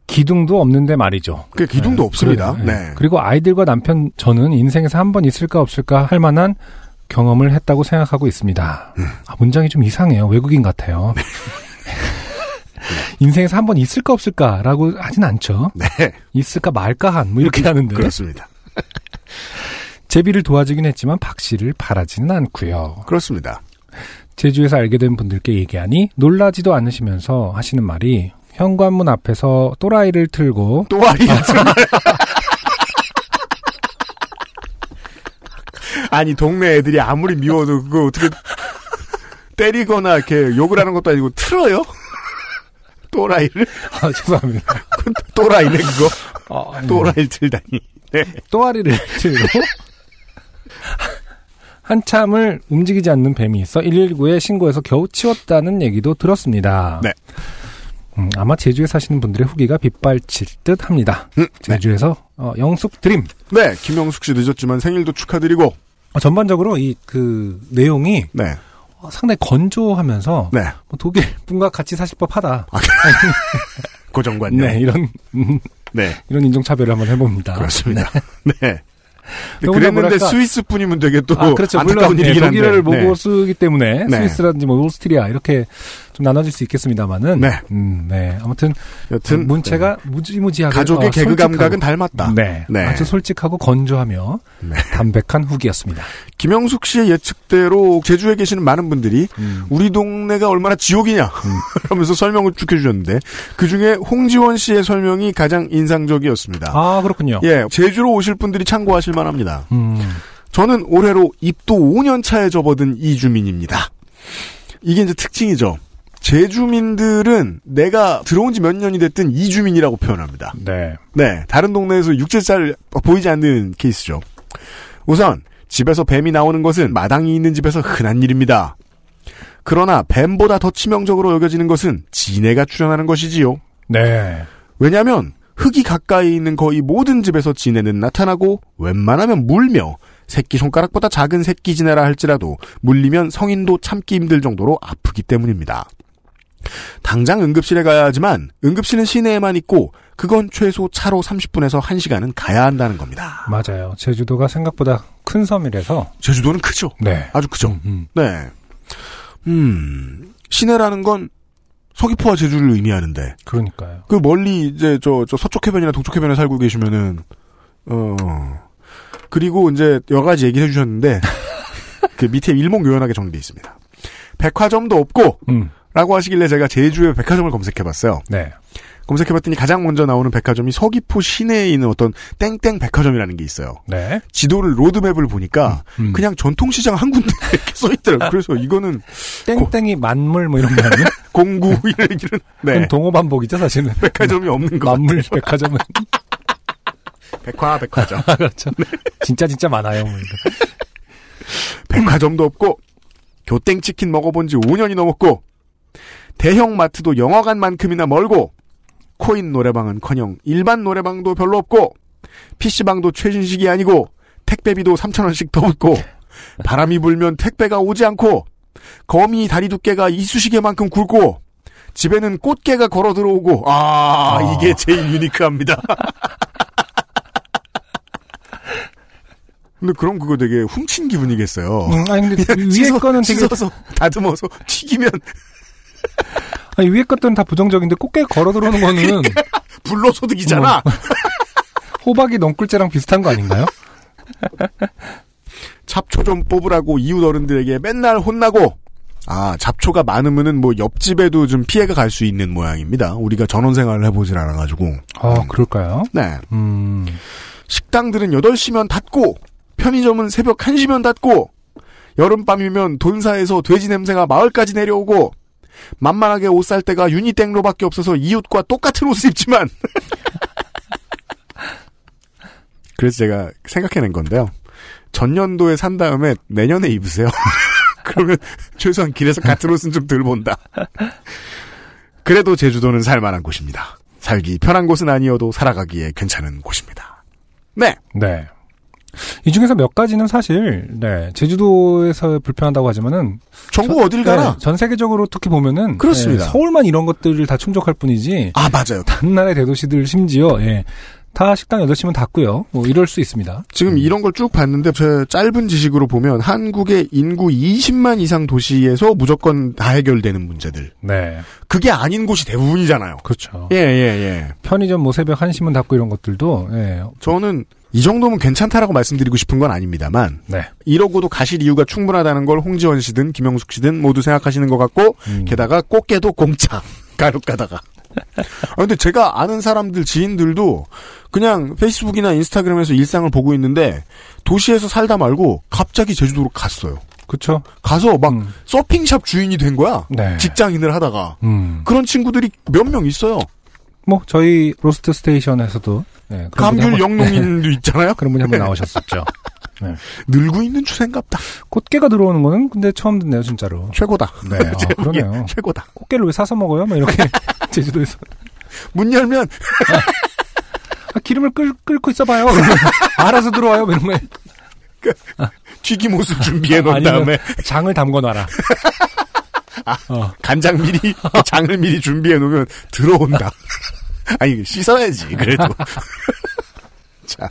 S2: 기둥도 없는데 말이죠.
S3: 그 기둥도
S2: 네,
S3: 없습니다.
S2: 그래요.
S3: 네.
S2: 그리고 아이들과 남편 저는 인생에서 한 번 있을까 없을까 할 만한 경험을 했다고 생각하고 있습니다.
S3: 음.
S2: 아, 문장이 좀 이상해요. 외국인
S3: 네.
S2: 같아요. 인생에서 한 번 있을까 없을까라고 하진 않죠.
S3: 네,
S2: 있을까 말까 한 뭐 이렇게 하는데
S3: 그렇죠. 그렇습니다.
S2: 제비를 도와주긴 했지만 박 씨를 바라지는 않고요.
S3: 그렇습니다.
S2: 제주에서 알게 된 분들께 얘기하니 놀라지도 않으시면서 하시는 말이 현관문 앞에서 또라이를 틀고
S3: 또아리. 아니 동네 애들이 아무리 미워도 그거 어떻게 때리거나 이렇게 욕을 하는 것도 아니고 틀어요? 또라이를
S2: 아, 죄송합니다.
S3: 또라이네 그거
S2: 음.
S3: 또라이 틀다니
S2: 또아리를 들고 한참을 움직이지 않는 뱀이 있어 119에 신고해서 겨우 치웠다는 얘기도 들었습니다.
S3: 네.
S2: 음, 아마 제주에 사시는 분들의 후기가 빗발칠 듯 합니다.
S3: 음, 네.
S2: 제주에서 어, 영숙 드림.
S3: 네 김영숙 씨 늦었지만 생일도 축하드리고
S2: 어, 전반적으로 이 그 내용이
S3: 네
S2: 어, 상당히 건조하면서
S3: 네. 아,
S2: 뭐 독일 분과 같이 사실 법하다.
S3: 그 고정관념
S2: 네 이런 음,
S3: 네.
S2: 이런 인종차별을 한번 해봅니다.
S3: 그렇습니다. 네. 근데
S2: 너무나
S3: 그랬는데
S2: 뭐랄까-
S3: 스위스 뿐이면 되게 또
S2: 아, 그렇죠.
S3: 안타까운
S2: 물론 네,
S3: 일이긴 한데.
S2: 독일어를 보고
S3: 네.
S2: 쓰기 때문에
S3: 네.
S2: 스위스라든지 뭐 오스트리아 이렇게 좀 나눠질 수 있겠습니다만은
S3: 네.
S2: 음, 네. 아무튼
S3: 여튼 네.
S2: 문체가 무지무지하게
S3: 가족의
S2: 어,
S3: 개그
S2: 솔직하고-
S3: 감각은 닮았다.
S2: 네.
S3: 네.
S2: 아주 솔직하고 건조하며
S3: 네.
S2: 담백한 후기였습니다.
S3: 김영숙 씨의 예측대로 제주에 계시는 많은 분들이
S2: 음.
S3: 우리 동네가 얼마나 지옥이냐 하면서 설명을 쭉 해주셨는데 그 중에 홍지원 씨의 설명이 가장 인상적이었습니다.
S2: 아 그렇군요.
S3: 예, 제주로 오실 분들이 참고하실 만합니다.
S2: 음,
S3: 저는 올해로 입도 5년 차에 접어든 이주민입니다. 이게 이제 특징이죠. 제주민들은 내가 들어온 지 몇 년이 됐든 이주민이라고 표현합니다.
S2: 네.
S3: 네, 다른 동네에서 육지살 보이지 않는 케이스죠. 우선 집에서 뱀이 나오는 것은 마당이 있는 집에서 흔한 일입니다. 그러나 뱀보다 더 치명적으로 여겨지는 것은 지네가 출현하는 것이지요.
S2: 네.
S3: 왜냐하면 흙이 가까이 있는 거의 모든 집에서 지네는 나타나고 웬만하면 물며 새끼 손가락보다 작은 새끼 지네라 할지라도 물리면 성인도 참기 힘들 정도로 아프기 때문입니다. 당장 응급실에 가야 하지만 응급실은 시내에만 있고 그건 최소 차로 30분에서 1시간은 가야 한다는 겁니다.
S2: 맞아요. 제주도가 생각보다 큰 섬이라서
S3: 제주도는 크죠.
S2: 네.
S3: 아주 크죠.
S2: 음, 음.
S3: 네. 음. 시내라는 건 서귀포와 제주를 의미하는데
S2: 그러니까요.
S3: 그 멀리 이제 저, 저 서쪽 해변이나 동쪽 해변에 살고 계시면은 어 그리고 이제 여러 가지 얘기해 주셨는데 그 밑에 일목요연하게 정리돼 있습니다. 백화점도 없고라고
S2: 음.
S3: 하시길래 제가 제주의 백화점을 검색해봤어요.
S2: 네.
S3: 검색해봤더니 가장 먼저 나오는 백화점이 서귀포 시내에 있는 어떤 땡땡 백화점이라는 게 있어요.
S2: 네.
S3: 지도를 로드맵을 보니까
S2: 음.
S3: 그냥 전통시장 한 군데 이렇게 써있더라고요. 그래서 이거는
S2: 땡땡이 만물 뭐 이런 거
S3: 네.
S2: 아니에요?
S3: 공구 이런 이런 네,
S2: 그건 동호반복이죠 사실은.
S3: 백화점이 없는 거
S2: 만물 백화점은
S3: 백화 백화점
S2: 그렇죠. 진짜 진짜 많아요. 뭐 이런.
S3: 백화점도 없고 교땡치킨 먹어본 지 5년이 넘었고 대형 마트도 영화관만큼이나 멀고 코인 노래방은커녕 일반 노래방도 별로 없고 PC방도 최신식이 아니고 택배비도 3천원씩 더 붙고 바람이 불면 택배가 오지 않고 거미 다리 두께가 이쑤시개만큼 굵고 집에는 꽃게가 걸어 들어오고 아,
S2: 아.
S3: 이게 제일 유니크합니다. 근데 그럼 그거 되게 훔친 기분이겠어요. 예,
S2: 음, 아니 근데
S3: 그냥
S2: 위에
S3: 씻어-
S2: 거는 되게
S3: 씻어서 다듬어서 튀기면
S2: 아니, 위에 것들은 다 부정적인데 꽃게 걸어 들어오는 거는
S3: 그러니까. 불로소득이잖아.
S2: 호박이 넝꿀째랑 비슷한 거 아닌가요?
S3: 잡초 좀 뽑으라고 이웃 어른들에게 맨날 혼나고 아 잡초가 많으면은 뭐 옆집에도 좀 피해가 갈 수 있는 모양입니다. 우리가 전원 생활을 해보질 않아가지고
S2: 아 그럴까요?
S3: 네
S2: 음,
S3: 식당들은 8시면 닫고 편의점은 새벽 1시면 닫고 여름밤이면 돈사에서 돼지 냄새가 마을까지 내려오고 만만하게 옷 살 때가 유니땡로밖에 없어서 이웃과 똑같은 옷을 입지만 그래서 제가 생각해낸 건데요. 전년도에 산 다음에 내년에 입으세요. 그러면 최소한 길에서 같은 옷은 좀 덜 본다. 그래도 제주도는 살만한 곳입니다. 살기 편한 곳은 아니어도 살아가기에 괜찮은 곳입니다. 네.
S2: 네. 이 중에서 몇 가지는 사실 네 제주도에서 불편하다고 하지만은
S3: 전국 어딜
S2: 네,
S3: 가나?
S2: 전 세계적으로 특히 보면은
S3: 그렇습니다.
S2: 네, 서울만 이런 것들을 다 충족할 뿐이지
S3: 아, 맞아요.
S2: 한나라의 대도시들 심지어 예, 다 식당 8시면 닫고요. 뭐 이럴 수 있습니다.
S3: 지금 이런 걸 쭉 봤는데 제 짧은 지식으로 보면 한국의 인구 20만 이상 도시에서 무조건 다 해결되는 문제들.
S2: 네.
S3: 그게 아닌 곳이 대부분이잖아요.
S2: 그렇죠.
S3: 예, 예, 예.
S2: 편의점 뭐 새벽 1시면 닫고 이런 것들도 예.
S3: 저는 이 정도면 괜찮다라고 말씀드리고 싶은 건 아닙니다만
S2: 네.
S3: 이러고도 가실 이유가 충분하다는 걸 홍지원 씨든 김영숙 씨든 모두 생각하시는 것 같고
S2: 음.
S3: 게다가 꽃게도 공짜 가룩 가다가 아, 근데 제가 아는 사람들, 지인들도 그냥 페이스북이나 인스타그램에서 일상을 보고 있는데 도시에서 살다 말고 갑자기 제주도로 갔어요.
S2: 그쵸?
S3: 가서 막
S2: 음.
S3: 서핑샵 주인이 된 거야.
S2: 네.
S3: 직장인을 하다가.
S2: 음.
S3: 그런 친구들이 몇 명 있어요.
S2: 뭐, 저희 로스트 스테이션에서도. 네, 그런 분이
S3: 감귤
S2: 한 번- 네.
S3: 영농인도 있잖아요. 네.
S2: 그런 분이 한 번 나오셨었죠.
S3: 늘고 있는 추세인갑다.
S2: 꽃게가 들어오는 거는 근데 처음 듣네요, 진짜로.
S3: 최고다.
S2: 네, 아, 그러네요.
S3: 최고다.
S2: 꽃게를 왜 사서 먹어요? 막 이렇게 제주도에서
S3: 문 열면
S2: 아, 기름을 끓, 끓고 있어봐요. 알아서 들어와요. 막 이러면
S3: 튀김옷을 준비해 놓은 네,
S2: 아니면
S3: 다음에
S2: 장을 담궈놔라.
S3: 간장 미리 그 장을 미리 준비해 놓으면 들어온다. 아니 씻어야지 그래도. 자,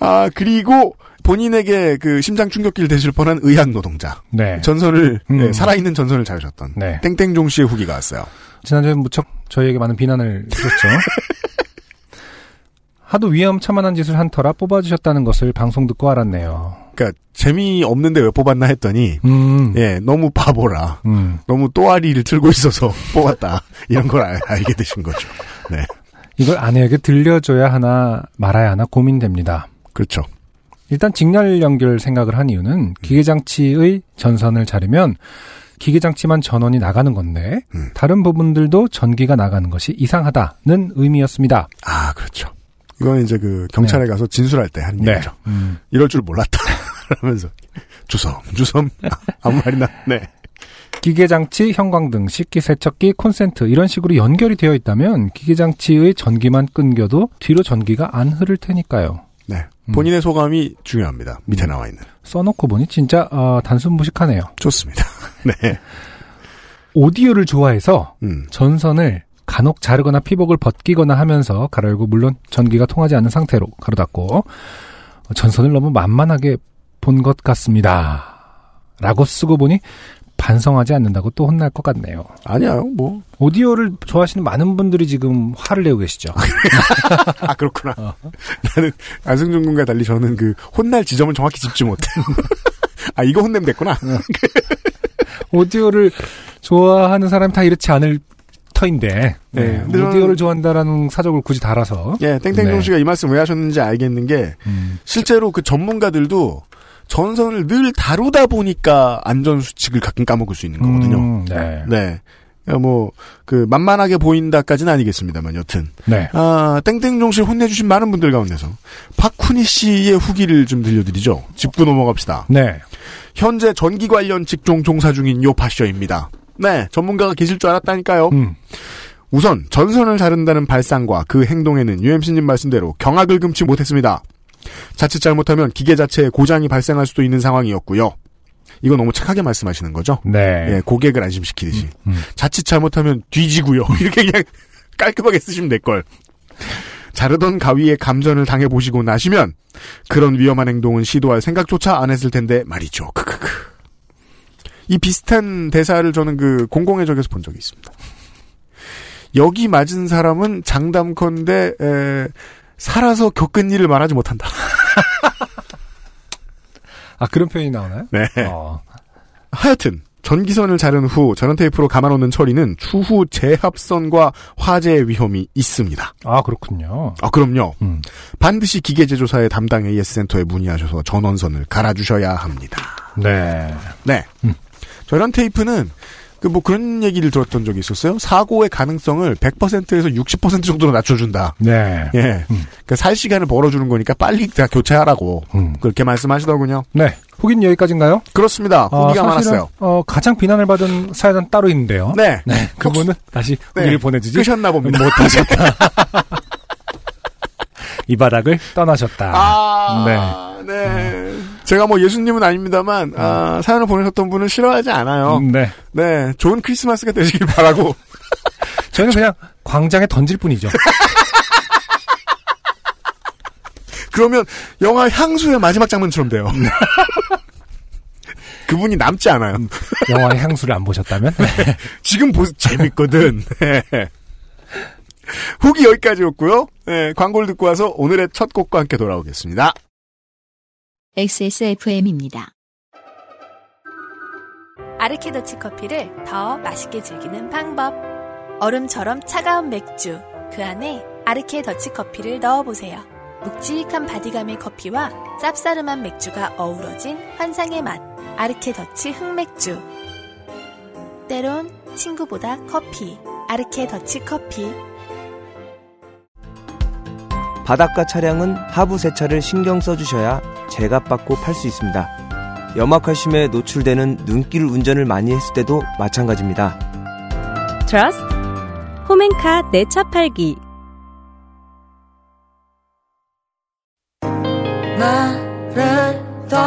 S3: 아 그리고 본인에게 그 심장 충격기를 대실 뻔한 의학 노동자
S2: 네.
S3: 전설을
S2: 음.
S3: 네, 살아있는 전설을 자으셨던
S2: 네.
S3: 땡땡종 씨의 후기가 왔어요.
S2: 지난주에 무척 저희에게 많은 비난을 주셨죠. 하도 위험천만한 짓을 한 터라 뽑아주셨다는 것을 방송 듣고 알았네요.
S3: 그러니까 재미 없는데 왜 뽑았나 했더니
S2: 음.
S3: 예 너무 바보라.
S2: 음.
S3: 너무 또아리를 들고 있어서 뽑았다. 이런 걸 알, 알게 되신 거죠. 네.
S2: 이걸 아내에게 들려줘야 하나 말아야 하나 고민됩니다.
S3: 그렇죠.
S2: 일단 직렬 연결 생각을 한 이유는 기계장치의 전선을 자르면 기계장치만 전원이 나가는 건데
S3: 음.
S2: 다른 부분들도 전기가 나가는 것이 이상하다는 의미였습니다.
S3: 아, 그렇죠. 이건 이제 그
S2: 네.
S3: 경찰에 가서 진술할 때 하는 얘기죠.
S2: 음.
S3: 이럴 줄 몰랐다. 하면서 주섬 주섬 아, 아무 말이나 네.
S2: 기계장치, 형광등, 식기세척기, 콘센트 이런 식으로 연결이 되어 있다면 기계장치의 전기만 끊겨도 뒤로 전기가 안 흐를 테니까요.
S3: 네.
S2: 음.
S3: 본인의 소감이 중요합니다. 밑에 나와 있는.
S2: 써놓고 보니 진짜 어, 단순 무식하네요.
S3: 좋습니다. 네.
S2: 오디오를 좋아해서
S3: 음.
S2: 전선을 간혹 자르거나 피복을 벗기거나 하면서 가로 열고 물론 전기가 통하지 않는 상태로 가로 닫고 어, 전선을 너무 만만하게 본 것 같습니다. 라고 쓰고 보니 반성하지 않는다고 또 혼날 것 같네요.
S3: 아니야. 뭐.
S2: 오디오를 좋아하시는 많은 분들이 지금 화를 내고 계시죠.
S3: 아, 그렇구나. 나는 안승준 군과 달리 저는 그 혼날 지점을 정확히 짚지 못해. 아, 이거 혼내면 됐구나.
S2: 오디오를 좋아하는 사람이 다 이렇지 않을 터인데
S3: 네.
S2: 네,
S3: 근데 저는-
S2: 오디오를 좋아한다라는 사적을 굳이 달아서
S3: 예, 땡땡종
S2: 네.
S3: 씨가 이 말씀 왜 하셨는지 알겠는 게
S2: 음,
S3: 실제로 그 전문가들도 전선을 늘 다루다 보니까 안전 수칙을 가끔 까먹을 수 있는 거거든요.
S2: 음, 네.
S3: 네. 뭐 그 만만하게 보인다까지는 아니겠습니다만 여튼
S2: 네.
S3: 아 땡땡종 씨 혼내주신 많은 분들 가운데서 박훈희 씨의 후기를 좀 들려드리죠. 짚고 넘어갑시다.
S2: 네.
S3: 현재 전기 관련 직종 종사 중인 요파셔입니다. 네, 전문가가 계실 줄 알았다니까요.
S2: 음,
S3: 우선 전선을 자른다는 발상과 그 행동에는 UMC님 말씀대로 경악을 금치 못했습니다. 자칫 잘못하면 기계 자체에 고장이 발생할 수도 있는 상황이었고요. 이거 너무 착하게 말씀하시는 거죠?
S2: 네.
S3: 예, 고객을 안심시키듯이.
S2: 음.
S3: 자칫 잘못하면 뒤지고요. 이렇게 그냥 깔끔하게 쓰시면 될걸. 자르던 가위에 감전을 당해보시고 나시면 그런 위험한 행동은 시도할 생각조차 안 했을 텐데 말이죠. 크크크. 이 비슷한 대사를 저는 그 공공의 적에서 본 적이 있습니다. 여기 맞은 사람은 장담컨대 에, 살아서 겪은 일을 말하지 못한다.
S2: 아 그런 표현이 나오나요?
S3: 네.
S2: 어,
S3: 하여튼 전기선을 자른 후 전원 테이프로 감아놓는 처리는 추후 재합선과 화재의 위험이 있습니다.
S2: 아 그렇군요.
S3: 아 그럼요.
S2: 음.
S3: 반드시 기계제조사의 담당 AS센터에 문의하셔서 전원선을 갈아주셔야 합니다.
S2: 네.
S3: 네.
S2: 음.
S3: 전원 테이프는 그 뭐 그런 얘기를 들었던 적이 있었어요. 사고의 가능성을 100%에서 60% 정도로 낮춰준다.
S2: 네.
S3: 예.
S2: 음.
S3: 그러니까 살 시간을 벌어주는 거니까 빨리 다 교체하라고
S2: 음.
S3: 그렇게 말씀하시더군요.
S2: 네. 후기는 여기까지인가요?
S3: 그렇습니다. 후기가
S2: 아, 사실은,
S3: 많았어요.
S2: 어, 가장 비난을 받은 사연은 따로 있는데요.
S3: 네.
S2: 네, 그분은 다시
S3: 네.
S2: 후기를 보내주지 뭐
S3: 끄셨나 봅니다.
S2: 못하셨다. 이 바닥을 떠나셨다.
S3: 아, 네. 제가 뭐 예수님은 아닙니다만 아, 사연을 보내셨던 분은 싫어하지 않아요.
S2: 음, 네.
S3: 네, 좋은 크리스마스가 되시길 바라고.
S2: 저희는 그냥 광장에 던질 뿐이죠.
S3: 그러면 영화 향수의 마지막 장면처럼 돼요. 그분이 남지 않아요.
S2: 영화의 향수를 안 보셨다면?
S3: 네. 지금 보 재밌거든. 네. 후기 여기까지였고요. 네, 광고를 듣고 와서 오늘의 첫 곡과 함께 돌아오겠습니다.
S1: XSFM입니다.
S6: 아르케더치 커피를 더 맛있게 즐기는 방법. 얼음처럼 차가운 맥주, 그 안에 아르케 더치 커피를 넣어보세요. 묵직한 바디감의 커피와 쌉싸름한 맥주가 어우러진 환상의 맛, 아르케 더치 흑맥주. 때론 친구보다 커피, 아르케 더치 커피.
S4: 바닷가 차량은 하부 세차를 신경 써주셔야 제값 받고 팔 수 있습니다. 염화칼슘에 노출되는 눈길 운전을 많이 했을 때도 마찬가지입니다.
S5: Trust 홈앤카 내 차 팔기
S9: 나를 더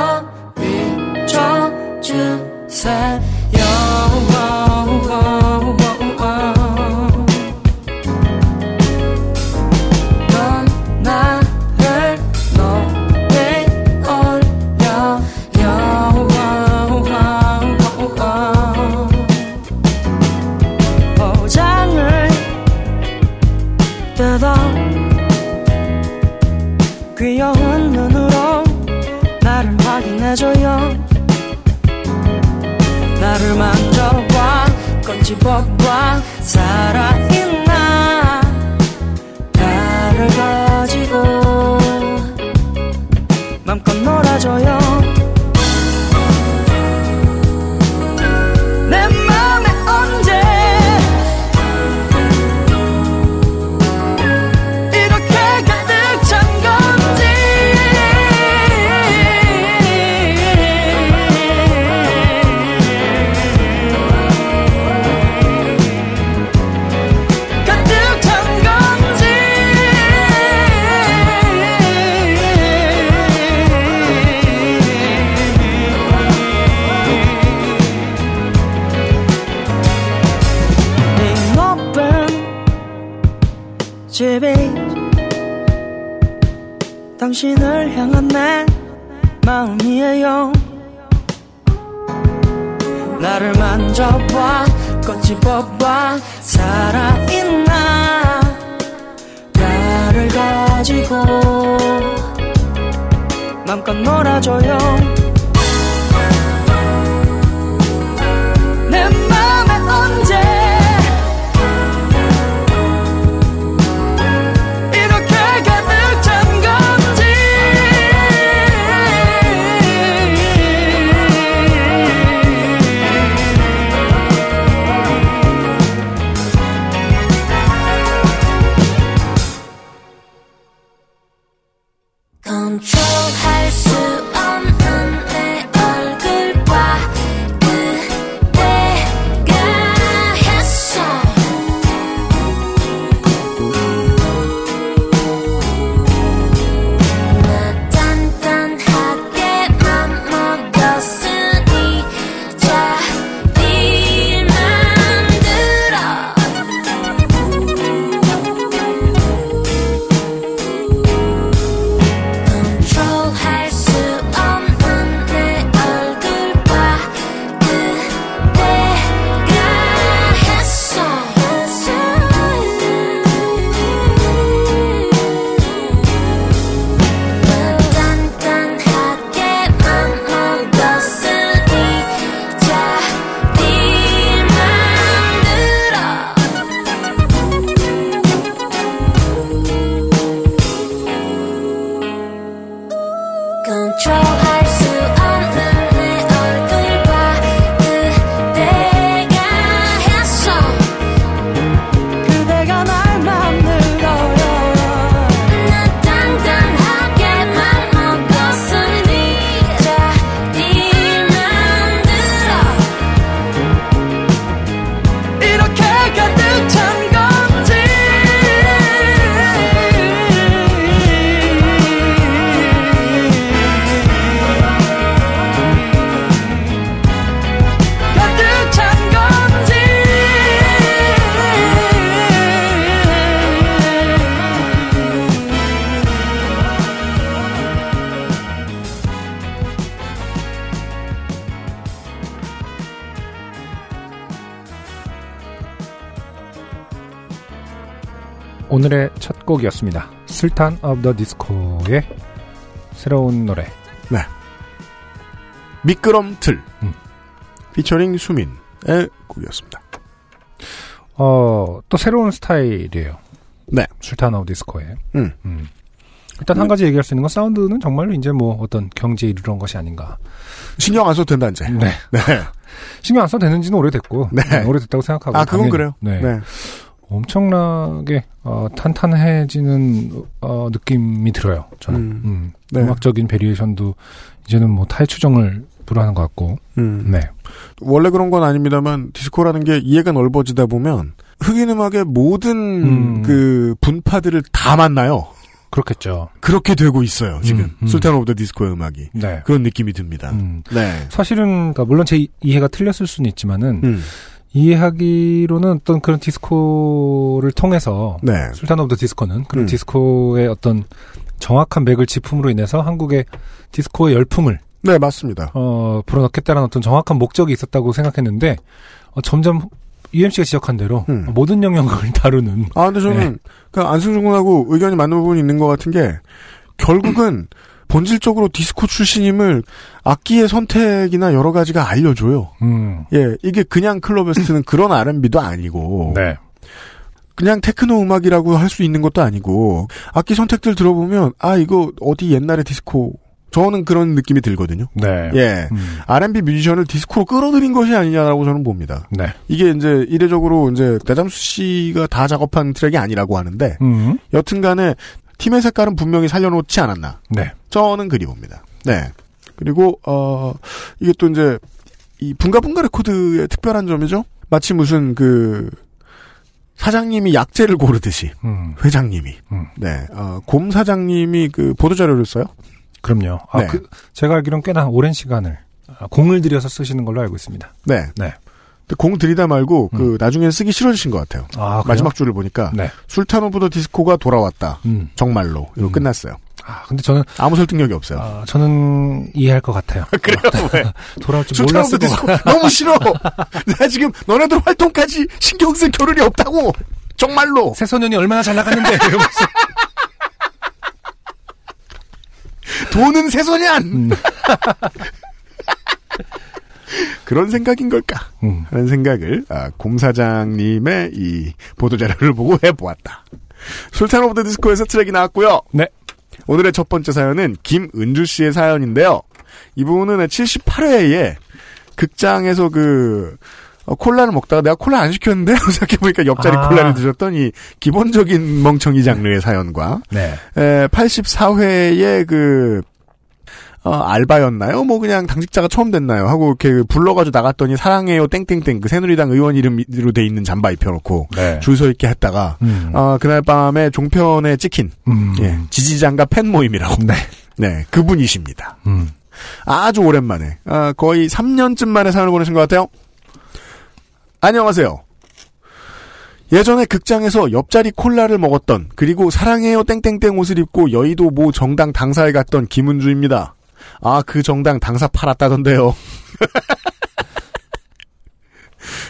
S9: 비춰주세요 넌 나를 높이 올려요 포장을 뜯어 귀여운 눈으로 나를 확인해줘요 나를 만져봐 건지어봐 살아있나 나를 가지고 맘껏 놀아줘요 내 맘에 언제 이렇게 가득 찬 건지 가득 찬 건지 이 높은 집이 당신을 향한 내 마음이에요 나를 만져봐 건집어봐 살아있나 나를 가지고 맘껏 놀아줘요 내 맘에 언제 이렇게 가득 찬 건지
S6: 컨트롤할 수 없는 내 얼굴과 그대가 했어 나 단단하게 맘먹었으니 자리를 만들어 컨트롤할 수 없는 내 얼굴과 그대가 했어 단단하게 맘먹었으니 자리를 만들어 컨트롤할 수 없는 내 얼굴과 그대가 했어
S9: 그대가 날 만들어요
S6: 나 단단하게만 먹었으니 자리를 만들어
S9: 이렇게 가득 찬 건지 가득 찬 건지
S2: 오늘의 첫 곡이었습니다. 술탄 오브 더 디스코의 새로운 노래.
S3: 미끄럼틀
S2: 음.
S3: 피처링 수민의 곡이었습니다.
S2: 어, 또 새로운 스타일이에요.
S3: 네.
S2: 술타노 디스코의.
S3: 음.
S2: 일단 한 가지 얘기할 수 있는 건 사운드는 정말로 이제 뭐 어떤 경지에 이르러온 것이 아닌가.
S3: 신경 안 써도 된다 이제.
S2: 네. 신경 안 써도 되는지는 오래됐고.
S3: 네.
S2: 음, 오래됐다고 생각하고.
S3: 아 그건
S2: 당연히,
S3: 그래요.
S2: 네. 엄청나게 어, 탄탄해지는 어, 느낌이 들어요. 저는
S3: 음.
S2: 음.
S3: 네.
S2: 악적인 베리에이션도 이제는 뭐 타의 추정을 불허하는 것 같고.
S3: 음.
S2: 네.
S3: 원래 그런 건 아닙니다만 디스코라는 게 이해가 넓어지다 보면 흑인 음악의 모든
S2: 음.
S3: 그 분파들을 다 만나요.
S2: 그렇겠죠.
S3: 그렇게 되고 있어요 지금
S2: 음, 음.
S3: 술탄 오브 더 디스코의 음악이
S2: 네.
S3: 그런 느낌이 듭니다.
S2: 음.
S3: 네.
S2: 사실은 그러니까 물론 제 이- 이해가 틀렸을 수는 있지만은
S3: 음.
S2: 이해하기로는 어떤 그런 디스코를 통해서
S3: 네.
S2: 술탄 오브 더 디스코는 그런
S3: 음.
S2: 디스코의 어떤 정확한 맥을 짚음으로 인해서 한국의 디스코의 열풍을
S3: 네 맞습니다.
S2: 어, 불어넣겠다는 어떤 정확한 목적이 있었다고 생각했는데 어, 점점 UMC가 지적한 대로
S3: 음.
S2: 모든 영역을 다루는
S3: 아 근데 저는
S2: 네.
S3: 그 안승준 군하고 의견이 맞는 부분이 있는 것 같은 게 결국은 본질적으로 디스코 출신임을 악기의 선택이나 여러 가지가 알려줘요.
S2: 음.
S3: 예, 이게 그냥 클럽에스트는 그런 R&B도 아니고
S2: 네.
S3: 그냥 테크노 음악이라고 할 수 있는 것도 아니고 악기 선택들 들어보면 아 이거 어디 옛날에 디스코 저는 그런 느낌이 들거든요.
S2: 네.
S3: 예.
S2: 음.
S3: R&B 뮤지션을 디스코로 끌어들인 것이 아니냐라고 저는 봅니다.
S2: 네.
S3: 이게 이제 이례적으로 이제 대담수 씨가 다 작업한 트랙이 아니라고 하는데
S2: 음.
S3: 여튼간에 팀의 색깔은 분명히 살려놓지 않았나.
S2: 네.
S3: 저는 그리 봅니다. 네. 그리고 어 이게 또 이제 이 분가분가 레코드의 특별한 점이죠. 마치 무슨 그 사장님이 약재를 고르듯이
S2: 음.
S3: 회장님이
S2: 음.
S3: 네. 어, 곰 사장님이 그 보도 자료를 써요.
S2: 그럼요. 아,
S3: 네.
S2: 그, 제가 알기론 꽤나 오랜 시간을 아, 공을 들여서 쓰시는 걸로 알고 있습니다.
S3: 네.
S2: 네. 음.
S3: 근데 공 들이다 말고 그 나중엔 쓰기 싫어지신 것 같아요.
S2: 아, 그래요?
S3: 마지막 줄을 보니까
S2: 네.
S3: 술탄 오브 더 디스코가 돌아왔다.
S2: 음.
S3: 정말로 이거
S2: 음.
S3: 끝났어요.
S2: 아, 근데 저는
S3: 아무 설득력이 없어요.
S2: 아, 저는 이해할 것 같아요.
S3: 그래요? 왜?
S2: 돌아올 줄
S3: 술탄 오브
S2: 몰랐을 것
S3: 디스코 너무 싫어. 나 지금 너네들 활동까지 신경 쓸 겨를이 없다고. 정말로.
S2: 새소년이 얼마나 잘 나갔는데 이러면서.
S3: 돈은 새소년.
S2: 음.
S3: 그런 생각인 걸까?
S2: 음.
S3: 하는 생각을 아, 곰 사장님의 이 보도 자료를 보고 해보았다. 술탄 오브 더 디스코에서 트랙이 나왔고요.
S2: 네.
S3: 오늘의 첫 번째 사연은 김은주 씨의 사연인데요. 이 부분은 78회에 극장에서 그 어, 콜라를 먹다가 내가 콜라 안 시켰는데 생각해보니까 옆자리
S2: 아.
S3: 콜라를 드셨더니 기본적인 멍청이 장르의 사연과
S2: 네.
S3: 에, 84회에 그, 어, 알바였나요? 뭐 그냥 당직자가 처음 됐나요? 하고 이렇게 그 불러가지고 나갔더니 사랑해요 땡땡땡 그 새누리당 의원 이름으로 돼 있는 잠바 입혀놓고
S2: 네.
S3: 줄 서 있게 했다가
S2: 음.
S3: 어, 그날 밤에 종편에 찍힌
S2: 음.
S3: 예, 지지장과 팬 모임이라고
S2: 네.
S3: 네 그분이십니다.
S2: 음.
S3: 아주 오랜만에 아, 거의 3년쯤 만에 사연을 보내신 것 같아요. 안녕하세요. 예전에 극장에서 옆자리 콜라를 먹었던 그리고 사랑해요 땡땡땡 옷을 입고 여의도 모 정당 당사에 갔던 김은주입니다. 아 그 정당 당사 팔았다던데요.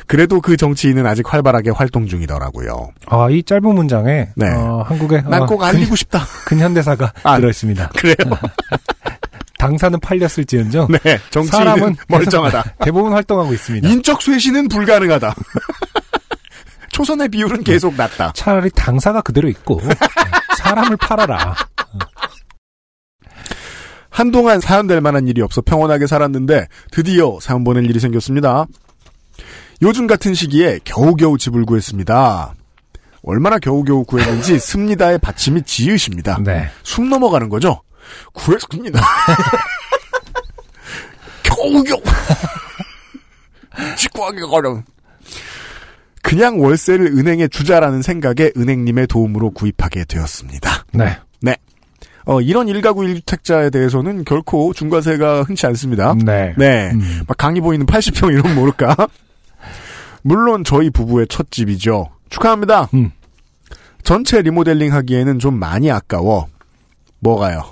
S3: 그래도 그 정치인은 아직 활발하게 활동 중이더라고요.
S2: 아, 이 짧은 문장에
S3: 네.
S2: 어, 한국의
S3: 난
S2: 어,
S3: 꼭 알리고 싶다.
S2: 근, 현대사가
S3: 아,
S2: 들어 있습니다.
S3: 그래요?
S2: 당사는 팔렸을지언정
S3: 네, 정치인은
S2: 사람은
S3: 멀쩡하다.
S2: 대부분 활동하고 있습니다.
S3: 인적 쇄신은 불가능하다. 초선의 비율은 계속 낮다.
S2: 차라리 당사가 그대로 있고 네, 사람을 팔아라.
S3: 한동안 사연될 만한 일이 없어 평온하게 살았는데 드디어 사연 보낼 일이 생겼습니다. 요즘 같은 시기에 겨우겨우 집을 구했습니다. 얼마나 겨우겨우 구했는지 습니다의 받침이 지읒입니다.
S2: 네.
S3: 숨 넘어가는 거죠? 구했습니다. 겨우겨우. 직구하기 어려운. 그냥 월세를 은행에 주자라는 생각에 은행님의 도움으로 구입하게 되었습니다.
S2: 네.
S3: 어, 이런 일가구 일주택자에 대해서는 결코 중과세가 흔치 않습니다.
S2: 네.
S3: 네.
S2: 음.
S3: 막 강의 보이는 80평 이런 거 모를까? 물론 저희 부부의 첫 집이죠. 축하합니다.
S2: 음.
S3: 전체 리모델링 하기에는 좀 많이 아까워. 뭐가요?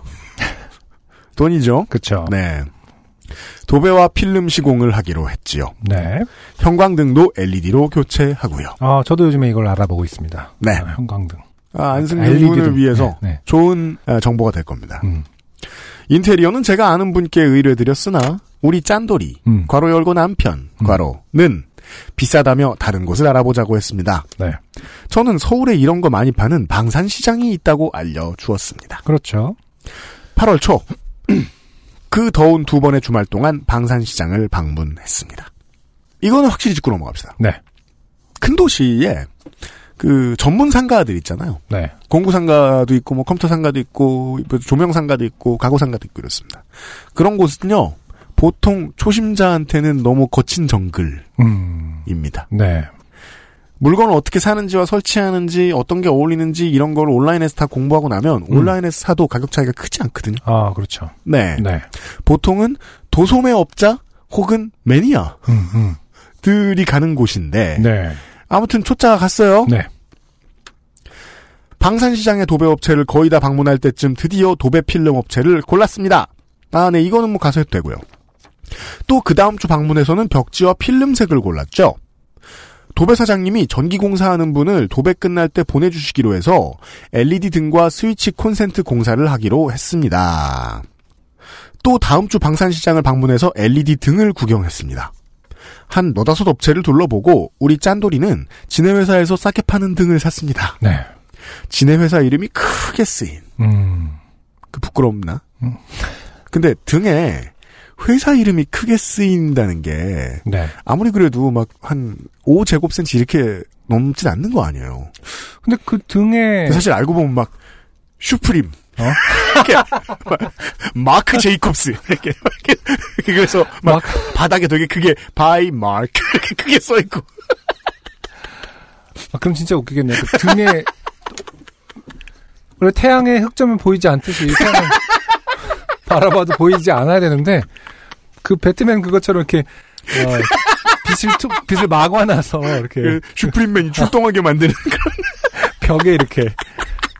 S3: 돈이죠.
S2: 그쵸.
S3: 네. 도배와 필름 시공을 하기로 했지요.
S2: 네.
S3: 형광등도 LED로 교체하고요.
S2: 아, 저도 요즘에 이걸 알아보고 있습니다.
S3: 네.
S2: 아, 형광등.
S3: 아, 안승준
S2: LED 로.
S3: 군을 위해서
S2: 네, 네.
S3: 좋은 아, 정보가 될 겁니다.
S2: 음.
S3: 인테리어는 제가 아는 분께 의뢰드렸으나 우리 짠돌이
S2: 음.
S3: 괄호 열고 남편 괄호는 비싸다며 다른 곳을 알아보자고 했습니다.
S2: 네.
S3: 저는 서울에 이런 거 많이 파는 방산시장이 있다고 알려주었습니다.
S2: 그렇죠.
S3: 8월 초, 그 더운 두 번의 주말 동안 방산시장을 방문했습니다. 이거는 확실히 짚고 넘어갑시다.
S2: 네.
S3: 큰 도시에 그 전문 상가들 있잖아요.
S2: 네.
S3: 공구 상가도 있고 뭐 컴퓨터 상가도 있고 뭐 조명 상가도 있고 가구 상가도 있고 이렇습니다. 그런 곳은요 보통 초심자한테는 너무 거친 정글입니다.
S2: 음. 네.
S3: 물건을 어떻게 사는지와 설치하는지 어떤 게 어울리는지 이런 걸 온라인에서 다 공부하고 나면 온라인에서 사도 가격 차이가 크지 않거든요.
S2: 아, 그렇죠.
S3: 네,
S2: 네.
S3: 보통은 도소매업자 혹은 매니아
S2: 음, 음.
S3: 들이 가는 곳인데
S2: 네.
S3: 아무튼 초짜가 갔어요.
S2: 네.
S3: 방산시장의 도배업체를 거의 다 방문할 때쯤 드디어 도배 필름 업체를 골랐습니다. 아, 네, 이거는 뭐 가서 해도 되고요. 또 그 다음 주 방문에서는 벽지와 필름색을 골랐죠. 도배 사장님이 전기 공사하는 분을 도배 끝날 때 보내주시기로 해서 LED 등과 스위치 콘센트 공사를 하기로 했습니다. 또 다음 주 방산시장을 방문해서 LED 등을 구경했습니다. 한 너다섯 업체를 둘러보고 우리 짠돌이는 지네 회사에서 싸게 파는 등을 샀습니다.
S2: 네.
S3: 지네 회사 이름이 크게 쓰인
S2: 음.
S3: 그 부끄럽나?
S2: 음.
S3: 근데 등에 회사 이름이 크게 쓰인다는 게
S2: 네.
S3: 아무리 그래도 막 한 5제곱센치 이렇게 넘진 않는 거 아니에요.
S2: 근데 그 등에
S3: 근데 사실 알고 보면 막 슈프림,
S2: 어?
S3: 이렇게 막 마크 제이콥스 이렇게, 이렇게 그래서 막 바닥에 되게 크게 바이 마크 이렇게 크게 써 있고
S2: 아, 그럼 진짜 웃기겠네. 그 등에 원래 태양의 흑점은 보이지 않듯이 태양을 바라봐도 보이지 않아야 되는데 그 배트맨 그것처럼 이렇게 어, 빛을 툭 빛을 막아놔서 이렇게
S3: 그 슈프림맨이 출동하게 만드는 그런
S2: 벽에 이렇게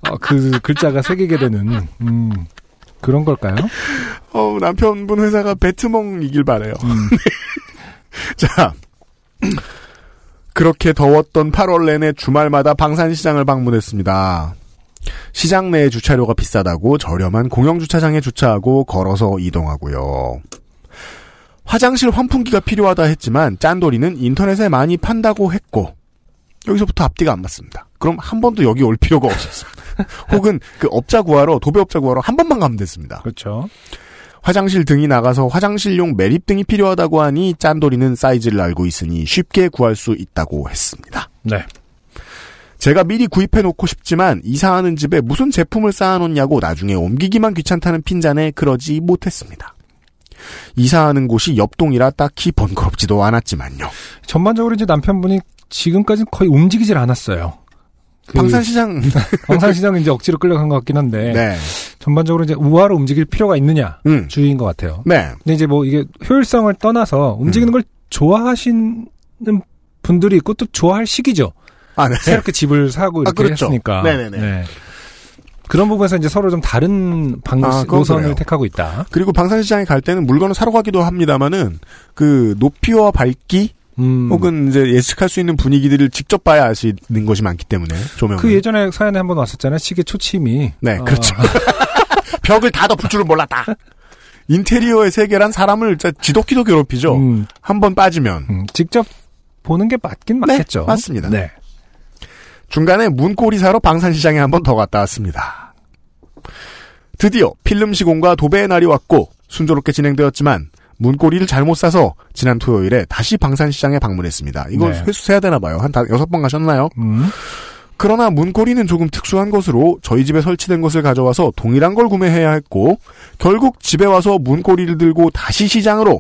S2: 어, 그 글자가 새기게 되는 음, 그런 걸까요?
S3: 어, 남편분 회사가 배트멍이길 바래요. 네.
S2: 음.
S3: 자. 그렇게 더웠던 8월 내내 주말마다 방산시장을 방문했습니다. 시장 내 주차료가 비싸다고 저렴한 공영주차장에 주차하고 걸어서 이동하고요. 화장실 환풍기가 필요하다 했지만 짠돌이는 인터넷에 많이 판다고 했고 여기서부터 앞뒤가 안 맞습니다. 그럼 한 번도 여기 올 필요가 없었습니다. 혹은 그 업자 구하러 도배업자 구하러 한 번만 가면 됐습니다.
S2: 그렇죠.
S3: 화장실 등이 나가서 화장실용 매립 등이 필요하다고 하니 짠돌이는 사이즈를 알고 있으니 쉽게 구할 수 있다고 했습니다.
S2: 네.
S3: 제가 미리 구입해 놓고 싶지만 이사하는 집에 무슨 제품을 쌓아놓냐고 나중에 옮기기만 귀찮다는 핀잔에 그러지 못했습니다. 이사하는 곳이 옆동이라 딱히 번거롭지도 않았지만요.
S2: 전반적으로 이제 남편분이 지금까지는 거의 움직이질 않았어요. 그
S3: 방산시장
S2: 방산시장은 이제 억지로 끌려간 것 같긴 한데
S3: 네,
S2: 전반적으로 이제 우아로 움직일 필요가 있느냐
S3: 음,
S2: 주의인 것 같아요.
S3: 네,
S2: 근데 이제 뭐 이게 효율성을 떠나서
S3: 음.
S2: 움직이는 걸 좋아하시는 분들이 있고 또 좋아할 시기죠.
S3: 아, 네,
S2: 새롭게 집을 사고 이렇게
S3: 그렇죠.
S2: 했으니까.
S3: 네네네.
S2: 그런 부분에서 이제 서로 좀 다른 방식
S3: 아, 그건
S2: 노선을
S3: 그래요.
S2: 택하고 있다.
S3: 그리고 방산시장에 갈 때는 물건을 사러 가기도 합니다만은 그 높이와 밝기
S2: 음,
S3: 혹은 이제 예측할 수 있는 분위기들을 직접 봐야 알 수 있는 것이 많기 때문에 조명.
S2: 그 예전에 사연에 한번 왔었잖아요. 시계 초침이.
S3: 네,
S2: 어,
S3: 그렇죠. 벽을 다 덮을 줄은 몰랐다. 인테리어의 세계란 사람을 진짜 지독히도 괴롭히죠.
S2: 음,
S3: 한 번 빠지면
S2: 음, 직접 보는 게 맞긴
S3: 네,
S2: 맞겠죠.
S3: 맞습니다.
S2: 네.
S3: 중간에 문고리 사러 방산시장에 한 번 더 갔다 왔습니다. 드디어 필름 시공과 도배의 날이 왔고 순조롭게 진행되었지만 문고리를 잘못 사서 지난 토요일에 다시 방산시장에 방문했습니다. 이걸
S2: 네.
S3: 회수해야 되나 봐요. 한 다- 여섯 번 가셨나요?
S2: 음,
S3: 그러나 문고리는 조금 특수한 것으로 저희 집에 설치된 것을 가져와서 동일한 걸 구매해야 했고 결국 집에 와서 문고리를 들고 다시 시장으로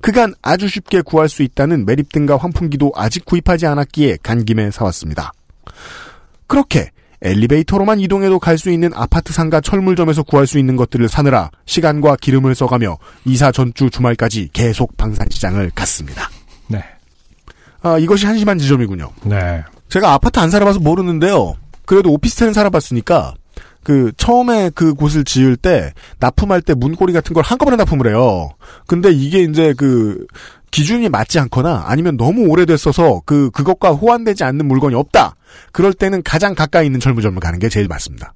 S3: 그간 아주 쉽게 구할 수 있다는 매립등과 환풍기도 아직 구입하지 않았기에 간 김에 사왔습니다. 그렇게 엘리베이터로만 이동해도 갈 수 있는 아파트 상가 철물점에서 구할 수 있는 것들을 사느라 시간과 기름을 써가며 이사 전주 주말까지 계속 방산시장을 갔습니다.
S2: 네.
S3: 아, 이것이 한심한 지점이군요.
S2: 네.
S3: 제가 아파트 안 살아봐서 모르는데요. 그래도 오피스텔은 살아봤으니까 그 처음에 그 곳을 지을 때 납품할 때 문고리 같은 걸 한꺼번에 납품을 해요. 근데 이게 이제 그 기준이 맞지 않거나 아니면 너무 오래됐어서 그 그것과 호환되지 않는 물건이 없다. 그럴 때는 가장 가까이 있는 철물점을 가는 게 제일 맞습니다.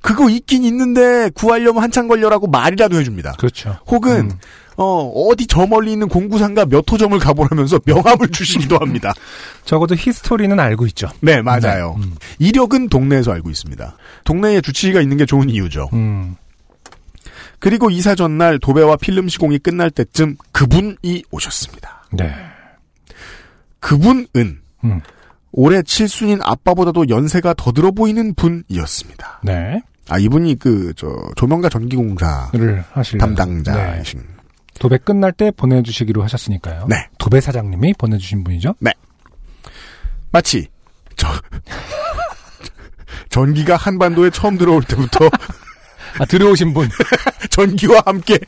S3: 그거 있긴 있는데 구하려면 한참 걸려라고 말이라도 해줍니다.
S2: 그렇죠.
S3: 혹은
S2: 음.
S3: 어, 어디 저 멀리 있는 공구상가 몇 호점을 가보라면서 명함을 주시기도 합니다.
S2: 적어도 히스토리는 알고 있죠.
S3: 네, 맞아요.
S2: 음.
S3: 이력은 동네에서 알고 있습니다. 동네에 주치의가 있는 게 좋은 이유죠.
S2: 음.
S3: 그리고 이사 전날 도배와 필름 시공이 끝날 때쯤 그분이 오셨습니다.
S2: 네.
S3: 그분은
S2: 음.
S3: 올해 칠순인 아빠보다도 연세가 더 들어 보이는 분이었습니다.
S2: 네.
S3: 아 이분이 그 저 조명가 전기공사
S2: 를 하실 네.
S3: 담당자이신
S2: 도배 끝날 때 보내주시기로 하셨으니까요.
S3: 네.
S2: 도배 사장님이 보내주신 분이죠.
S3: 마치 저 전기가 한반도에 처음 들어올 때부터
S2: 아 들어오신 분.
S3: 전기와 함께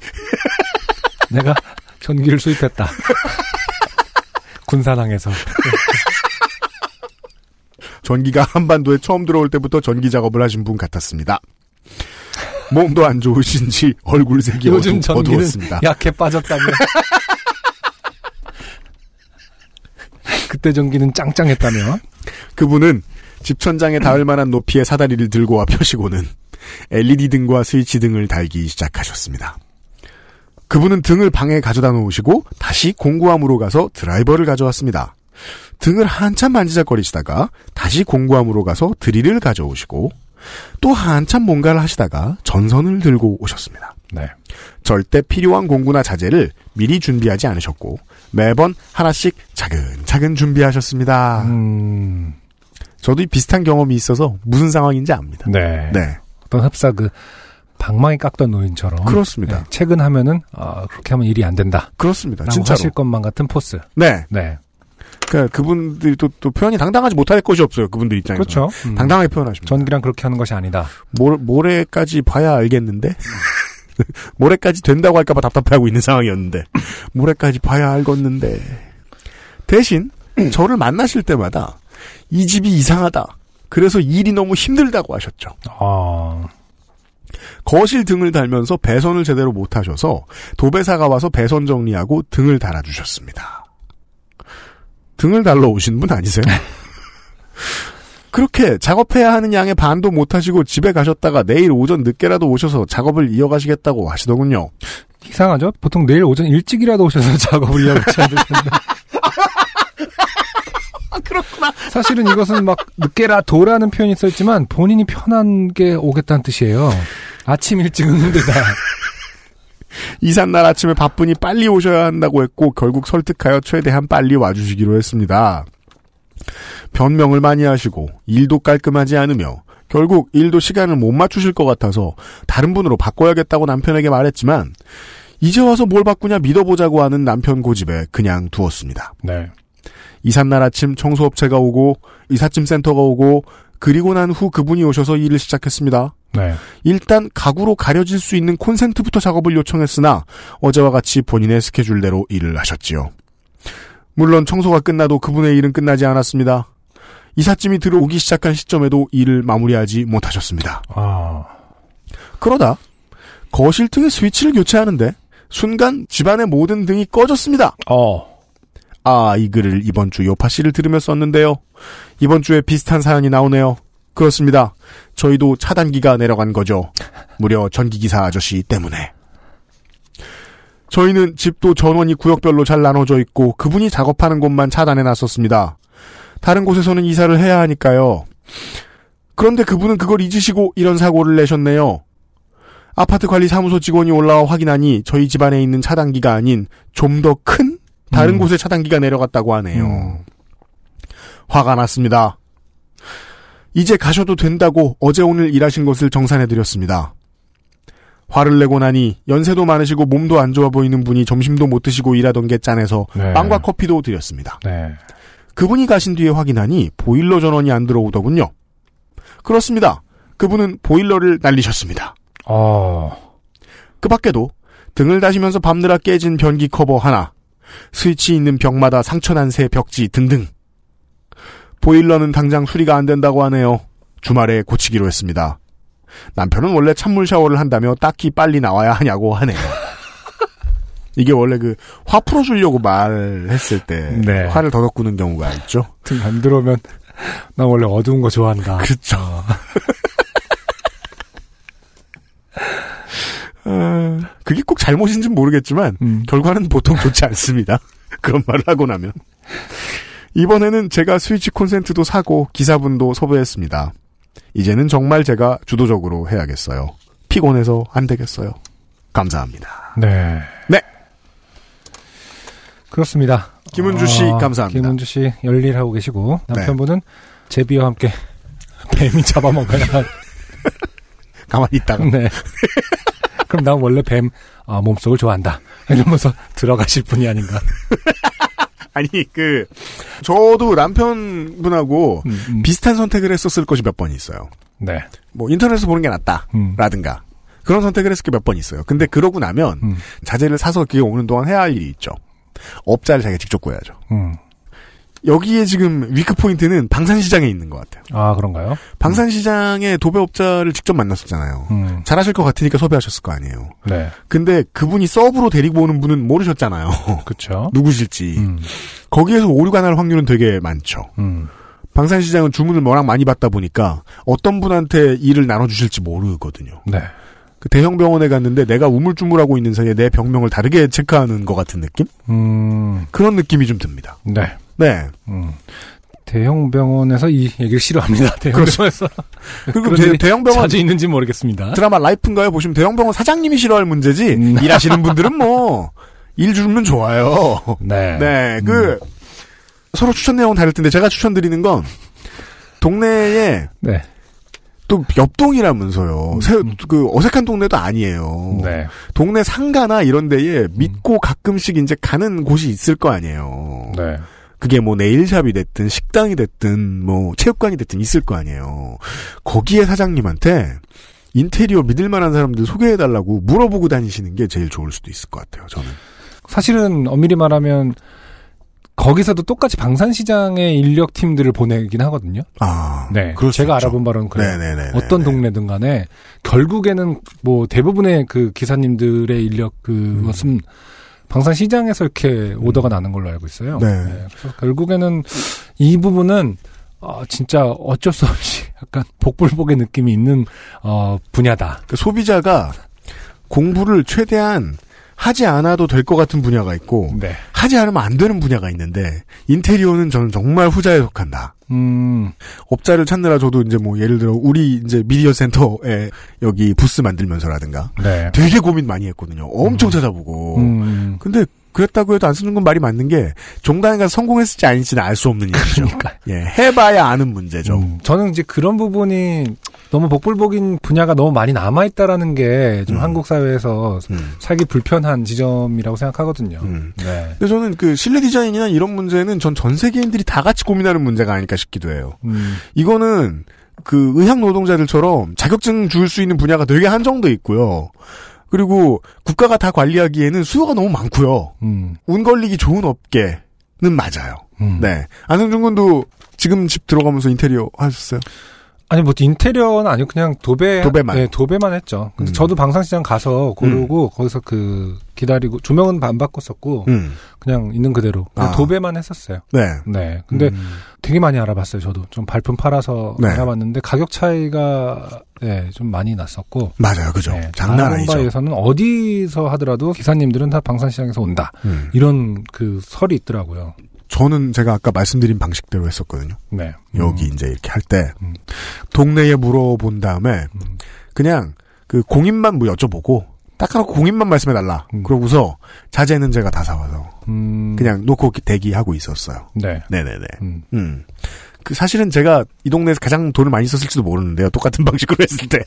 S2: 내가 전기를 수입했다. 군산항에서.
S3: 전기가 한반도에 처음 들어올 때부터 전기 작업을 하신 분 같았습니다. 몸도 안 좋으신지 얼굴색이
S2: 요즘
S3: 어두-
S2: 전기는
S3: 어두웠습니다.
S2: 약해 빠졌다며. 그때 전기는 짱짱했다며.
S3: 그분은 집 천장에 닿을 만한 높이의 사다리를 들고 와 펴시고는 LED 등과 스위치 등을 달기 시작하셨습니다. 그분은 등을 방에 가져다 놓으시고 다시 공구함으로 가서 드라이버를 가져왔습니다. 등을 한참 만지작거리시다가 다시 공구함으로 가서 드릴을 가져오시고 또 한참 뭔가를 하시다가 전선을 들고 오셨습니다.
S2: 네.
S3: 절대 필요한 공구나 자재를 미리 준비하지 않으셨고 매번 하나씩 차근차근 준비하셨습니다.
S2: 음,
S3: 저도 이 비슷한 경험이 있어서 무슨 상황인지 압니다.
S2: 네.
S3: 네,
S2: 어떤 흡사 그 방망이 깎던 노인처럼.
S3: 그렇습니다.
S2: 네, 최근 하면은 아, 그렇게 하면 일이 안 된다.
S3: 그렇습니다.
S2: 라고
S3: 진짜로.
S2: 하실 것만 같은 포스.
S3: 네,
S2: 네.
S3: 그러니까 그분들이 또, 또 표현이 당당하지 못할 것이 없어요. 그분들 입장에서.
S2: 그렇죠. 음,
S3: 당당하게 표현하십니다.
S2: 전기랑 그렇게 하는 것이 아니다.
S3: 모레, 모레까지 봐야 알겠는데 모레까지 된다고 할까봐 답답해하고 있는 상황이었는데 모레까지 봐야 알겠는데 대신 저를 만나실 때마다 이 집이 이상하다 그래서 일이 너무 힘들다고 하셨죠
S2: 아,
S3: 거실 등을 달면서 배선을 제대로 못하셔서 도배사가 와서 배선 정리하고 등을 달아주셨습니다 등을 달러 오신 분 아니세요? 그렇게 작업해야 하는 양의 반도 못하시고 집에 가셨다가 내일 오전 늦게라도 오셔서 작업을 이어가시겠다고 하시더군요.
S2: 이상하죠? 보통 내일 오전 일찍이라도 오셔서 작업을 이어가셔야 되는데. 아, 그렇구나. 사실은 이것은 막 늦게라 도라는 표현이 써있지만 본인이 편한 게 오겠다는 뜻이에요. 아침 일찍은 힘들다.
S3: 이삿날 아침에 바쁘니 빨리 오셔야 한다고 했고 결국 설득하여 최대한 빨리 와주시기로 했습니다. 변명을 많이 하시고 일도 깔끔하지 않으며 결국 일도 시간을 못 맞추실 것 같아서 다른 분으로 바꿔야겠다고 남편에게 말했지만 이제 와서 뭘 바꾸냐 믿어보자고 하는 남편 고집에 그냥 두었습니다.
S2: 네.
S3: 이삿날 아침 청소업체가 오고 이삿짐 센터가 오고 그리고 난 후 그분이 오셔서 일을 시작했습니다.
S2: 네.
S3: 일단 가구로 가려질 수 있는 콘센트부터 작업을 요청했으나 어제와 같이 본인의 스케줄대로 일을 하셨지요. 물론 청소가 끝나도 그분의 일은 끝나지 않았습니다. 이삿짐이 들어오기 시작한 시점에도 일을 마무리하지 못하셨습니다.
S2: 아,
S3: 그러다 거실 등의 스위치를 교체하는데 순간 집안의 모든 등이 꺼졌습니다.
S2: 어.
S3: 아, 이 글을 이번 주 요파 씨를 들으며 썼는데요. 이번 주에 비슷한 사연이 나오네요. 그렇습니다. 저희도 차단기가 내려간 거죠. 무려 전기기사 아저씨 때문에. 저희는 집도 전원이 구역별로 잘 나눠져 있고 그분이 작업하는 곳만 차단해 놨었습니다. 다른 곳에서는 이사를 해야 하니까요. 그런데 그분은 그걸 잊으시고 이런 사고를 내셨네요. 아파트 관리 사무소 직원이 올라와 확인하니 저희 집안에 있는 차단기가 아닌 좀 더 큰 다른
S2: 음.
S3: 곳에 차단기가 내려갔다고 하네요.
S2: 음.
S3: 화가 났습니다. 이제 가셔도 된다고 어제 오늘 일하신 것을 정산해드렸습니다. 화를 내고 나니 연세도 많으시고 몸도 안 좋아 보이는 분이 점심도 못 드시고 일하던 게 짠해서
S2: 네.
S3: 빵과 커피도 드렸습니다.
S2: 네.
S3: 그분이 가신 뒤에 확인하니 보일러 전원이 안 들어오더군요. 그렇습니다. 그분은 보일러를 날리셨습니다.
S2: 어.
S3: 그 밖에도 등을 다시면서 밤느라 깨진 변기 커버 하나, 스위치 있는 벽마다 상처난 새 벽지 등등. 보일러는 당장 수리가 안 된다고 하네요. 주말에 고치기로 했습니다. 남편은 원래 찬물 샤워를 한다며 딱히 빨리 나와야 하냐고 하네요. 이게 원래 그 화 풀어주려고 말했을 때
S2: 네.
S3: 화를 더덕 구는 경우가 있죠.
S2: 등 안 들어오면 나 원래 어두운 거 좋아한다.
S3: 그렇죠. 그게 꼭 잘못인지는 모르겠지만
S8: 음.
S3: 결과는 보통 좋지 않습니다. 그런 말을 하고 나면 이번에는 제가 스위치 콘센트도 사고 기사분도 섭외했습니다. 이제는 정말 제가 주도적으로 해야겠어요. 피곤해서 안 되겠어요. 감사합니다.
S2: 네.
S3: 네.
S2: 그렇습니다.
S3: 김은주 씨
S2: 아,
S3: 감사합니다. 네.
S2: 김은주 씨 열일하고 계시고 남편분은 제비와 함께 뱀이 잡아먹어야 할-
S3: 가만히 있다가
S2: 네. 그럼 난 원래 뱀 아, 몸속을 좋아한다 이러면서 들어가실 분이 아닌가.
S3: 아니 그 저도 남편분하고
S2: 음, 음.
S3: 비슷한 선택을 했었을 것이 몇 번 있어요.
S2: 네.
S3: 뭐 인터넷에서 보는 게 낫다.
S2: 음.
S3: 라든가 그런 선택을 했을 게 몇 번 있어요. 근데 그러고 나면
S2: 음.
S3: 자재를 사서 그게 오는 동안 해야 할 일이 있죠. 업자를 자기가 직접 구해야죠.
S2: 음.
S3: 여기에 지금 위크 포인트는 방산시장에 있는 것 같아요.
S2: 아 그런가요?
S3: 방산시장에 도배업자를 직접 만났었잖아요.
S2: 음.
S3: 잘하실 것 같으니까 섭외하셨을 거 아니에요.
S2: 네.
S3: 근데 그분이 서브로 데리고 오는 분은 모르셨잖아요.
S2: 그렇죠.
S3: 누구실지.
S2: 음.
S3: 거기에서 오류가 날 확률은 되게 많죠.
S2: 음.
S3: 방산시장은 주문을 워낙 많이 받다 보니까 어떤 분한테 일을 나눠주실지 모르거든요.
S2: 네.
S3: 그 대형 병원에 갔는데 내가 우물쭈물하고 있는 사이에 내 병명을 다르게 체크하는 것 같은 느낌?
S2: 음.
S3: 그런 느낌이 좀 듭니다.
S2: 네.
S3: 네.
S2: 음. 대형 병원에서 이 얘기를 싫어합니다. 대형 병원에서
S3: 그리고
S2: 그런
S3: 대,
S2: 일이
S3: 대형 병원
S2: 자주 있는지 모르겠습니다.
S3: 드라마 라이프인가요? 보시면 대형 병원 사장님이 싫어할 문제지
S2: 음.
S3: 일하시는 분들은 뭐 일 주면 좋아요.
S2: 네.
S3: 네, 그 서로 추천 내용은 다를 텐데 제가 추천드리는 건 동네에
S2: 네.
S3: 또 옆동이라면서요. 새- 그 어색한 동네도 아니에요.
S2: 음. 네.
S3: 동네 상가나 이런 데에 믿고 가끔씩 이제 가는 곳이 있을 거 아니에요.
S2: 네.
S3: 그게 뭐 네일샵이 됐든 식당이 됐든 뭐 체육관이 됐든 있을 거 아니에요. 거기에 사장님한테 인테리어 믿을 만한 사람들 소개해 달라고 물어보고 다니시는 게 제일 좋을 수도 있을 것 같아요. 저는.
S2: 사실은 엄밀히 말하면 거기서도 똑같이 방산시장의 인력팀들을 보내긴 하거든요.
S3: 아,
S2: 네.
S3: 그럴 수
S2: 제가
S3: 있죠.
S2: 알아본 바로는 그래요.
S3: 네네네.
S2: 어떤 동네든 간에 결국에는 뭐 대부분의 그 기사님들의 인력 그것은 방산시장에서 이렇게 오더가 나는 걸로 알고 있어요.
S3: 네.
S2: 그래서 결국에는 이 부분은 어, 진짜 어쩔 수 없이 약간 복불복의 느낌이 있는 어, 분야다.
S3: 그 소비자가 공부를 최대한 하지 않아도 될 것 같은 분야가 있고
S2: 네.
S3: 하지 않으면 안 되는 분야가 있는데 인테리어는 저는 정말 후자에 속한다.
S2: 음,
S3: 업자를 찾느라 저도 이제 뭐 예를 들어 우리 이제 미디어 센터에 여기 부스 만들면서라든가
S2: 네.
S3: 되게 고민 많이 했거든요. 엄청 찾아보고.
S2: 음,
S3: 근데 그랬다고 해도 안 쓰는 건 말이 맞는 게 종단에 가서 성공했을지 아닌지는 알 수 없는 일이죠.
S2: 그러니까.
S3: 예, 해봐야 아는 문제죠.
S2: 음, 저는 이제 그런 부분이 너무 복불복인 분야가 너무 많이 남아있다라는 게 좀
S3: 음.
S2: 한국 사회에서
S3: 음.
S2: 살기 불편한 지점이라고 생각하거든요.
S3: 음.
S2: 네.
S3: 근데 저는 그 실내 디자인이나 이런 문제는 전 전 세계인들이 다 같이 고민하는 문제가 아닐까 싶기도 해요.
S2: 음,
S3: 이거는 그 의학 노동자들처럼 자격증 줄 수 있는 분야가 되게 한정돼 있고요. 그리고 국가가 다 관리하기에는 수요가 너무 많고요.
S2: 음,
S3: 운 걸리기 좋은 업계는 맞아요.
S2: 음.
S3: 네. 안성준 군도 지금 집 들어가면서 인테리어 하셨어요?
S2: 아니 뭐 인테리어는 아니고 그냥 도배
S3: 도배만.
S2: 네, 도배만 했죠. 근데
S3: 음.
S2: 저도 방산시장 가서 고르고 거기서 그 기다리고 조명은 안 바꿨었고
S3: 음.
S2: 그냥 있는 그대로 그냥
S3: 아.
S2: 도배만 했었어요.
S3: 네.
S2: 네. 근데
S3: 음.
S2: 되게 많이 알아봤어요. 저도 좀 발품 팔아서
S3: 네.
S2: 알아봤는데 가격 차이가 예, 좀 많이 났었고
S3: 맞아요. 그죠?
S2: 네,
S3: 장난
S2: 다른
S3: 아니죠.
S2: 바에서는 어디서 하더라도 기사님들은 다 방산시장에서 온다
S3: 음.
S2: 이런 그 설이 있더라고요.
S3: 저는 제가 아까 말씀드린 방식대로 했었거든요.
S2: 네.
S3: 여기 이제 이렇게 할 때
S2: 음.
S3: 동네에 물어본 다음에
S2: 음.
S3: 그냥 그 공인만 뭐 여쭤보고 딱하고 공인만 말씀해 달라.
S2: 음.
S3: 그러고서 자재는 제가 다 사와서
S2: 음,
S3: 그냥 놓고 대기하고 있었어요.
S2: 네.
S3: 네네네.
S2: 음.
S3: 음. 그 사실은 제가 이 동네에서 가장 돈을 많이 썼을지도 모르는데요. 똑같은 방식으로 했을 때.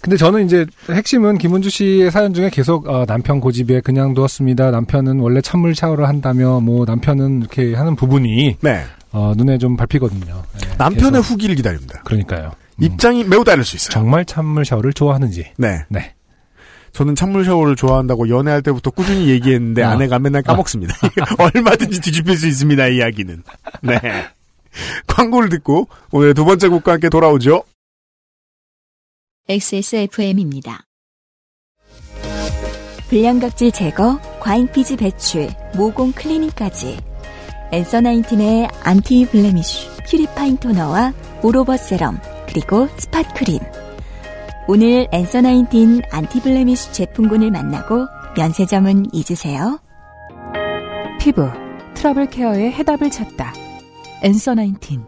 S2: 근데 저는 이제 핵심은 김은주 씨의 사연 중에 계속 어, 남편 고집에 그냥 두었습니다. 남편은 원래 찬물 샤워를 한다며 뭐 남편은 이렇게 하는 부분이
S3: 네.
S2: 어, 눈에 좀 밟히거든요. 예,
S3: 남편의
S2: 계속.
S3: 후기를 기다립니다.
S2: 그러니까요. 음,
S3: 입장이 매우 다를 수 있어요.
S2: 정말 찬물 샤워를 좋아하는지.
S3: 네.
S2: 네.
S3: 저는 찬물 샤워를 좋아한다고 연애할 때부터 꾸준히 얘기했는데
S2: 아.
S3: 아내가 맨날 까먹습니다. 얼마든지 뒤집힐 수 있습니다, 이 이야기는. 네. 광고를 듣고 오늘 두 번째 곡과 함께 돌아오죠.
S1: XSFM입니다.
S10: 불량각질 제거, 과잉피지 배출, 모공 클리닝까지. 엔서 나인틴의 안티 블레미쉬, 퓨리파인 토너와 오로버 세럼, 그리고 스팟 크림. 오늘 앤서 나인틴 안티블레미쉬 제품군을 만나고 면세점은 잊으세요.
S11: 피부 트러블 케어의 해답을 찾다. 엔서 나인틴.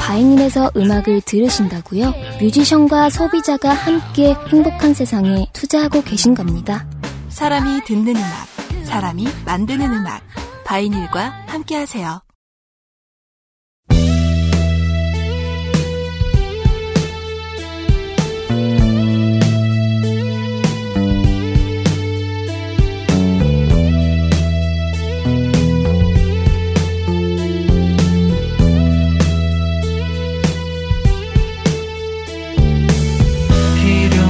S12: 바이닐에서 음악을 들으신다고요? 뮤지션과 소비자가 함께 행복한 세상에 투자하고 계신 겁니다.
S13: 사람이 듣는 음악, 사람이 만드는 음악. 바이닐과 함께하세요.
S14: 필요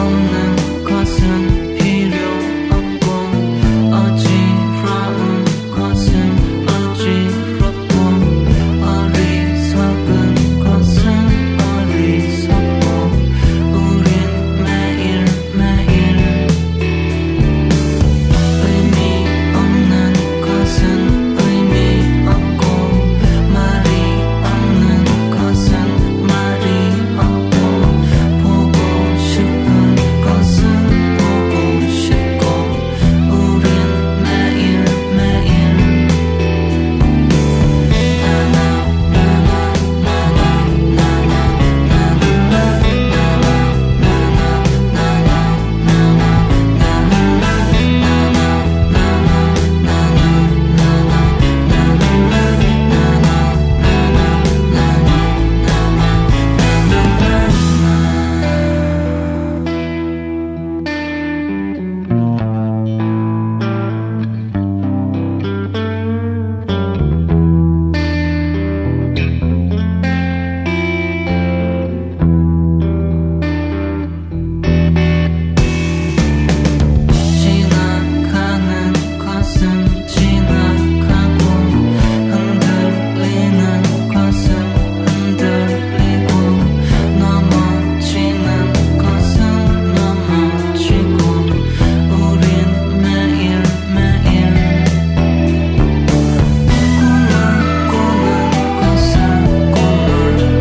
S14: 없는 것은 필요 없고 어지러운 것은 어지럽고 어리석은 것은 어리석고 우린 매일매일 의미 없는 것은 의미 없고 말이 없는 것은 말이 없고 보고 싶은 것은 보고 싶고 우린 매일 매일 지나가는 것은 지나가고 흔들리는 것은 흔들리고 넘어지는 것은 넘어지고 우린 매일매일 꿈을 꾸는 것은 꿈을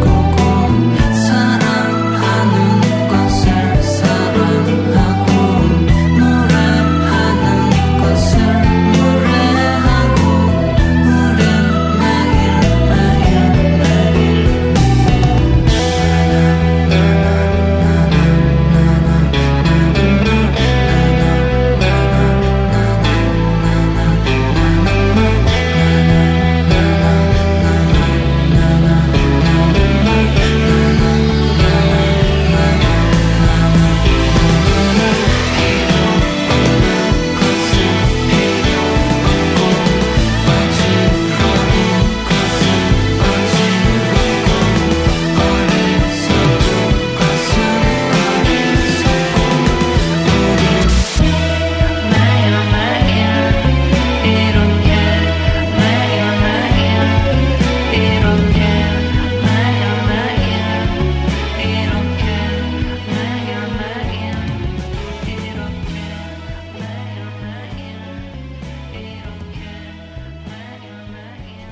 S14: 꾸고 사랑하는 것을 사랑하고 노래하는 것을 노래하고 우린 매일 매일 매일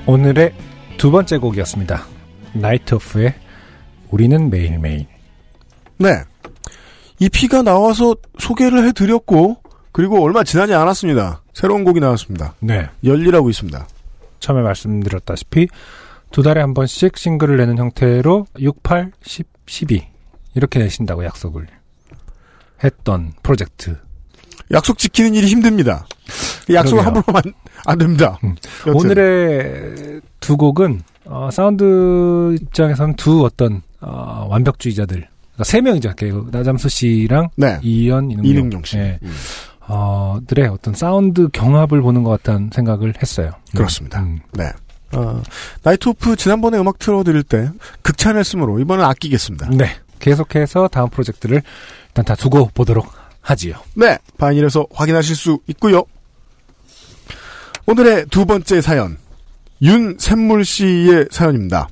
S2: 오늘의 두 번째 곡이었습니다. 나이트 오프의 우리는 매일매일.
S3: 네. EP가 나와서 소개를 해드렸고, 그리고 얼마 지나지 않았습니다. 새로운 곡이 나왔습니다.
S2: 네.
S3: 열일하고 있습니다.
S2: 처음에 말씀드렸다시피 두 달에 한 번씩 싱글을 내는 형태로 6, 8, 10, 12 이렇게 내신다고 약속을 했던 프로젝트.
S3: 약속 지키는 일이 힘듭니다. 그 약속을
S2: 그러게요.
S3: 함부로 안, 안 됩니다. 여튼.
S2: 오늘의 두 곡은 어, 사운드 입장에서는 두 어떤 어, 완벽주의자들 그러니까 세 명이죠. 할게요. 나잠수 씨랑
S3: 네.
S2: 이현 이능용,
S3: 이능용 씨. 음.
S2: 예. 어, 들의 어떤 사운드 경합을 보는 것 같다는 생각을 했어요.
S3: 그렇습니다.
S2: 음.
S3: 네. 어, 나이트오프 지난번에 음악 틀어드릴 때 극찬했으므로 이번엔 아끼겠습니다.
S2: 네. 계속해서 다음 프로젝트를 일단 다 두고 보도록 하지요.
S3: 네, 바인일에서 확인하실 수 있고요. 오늘의 두 번째 사연 윤샘물 씨의 사연입니다.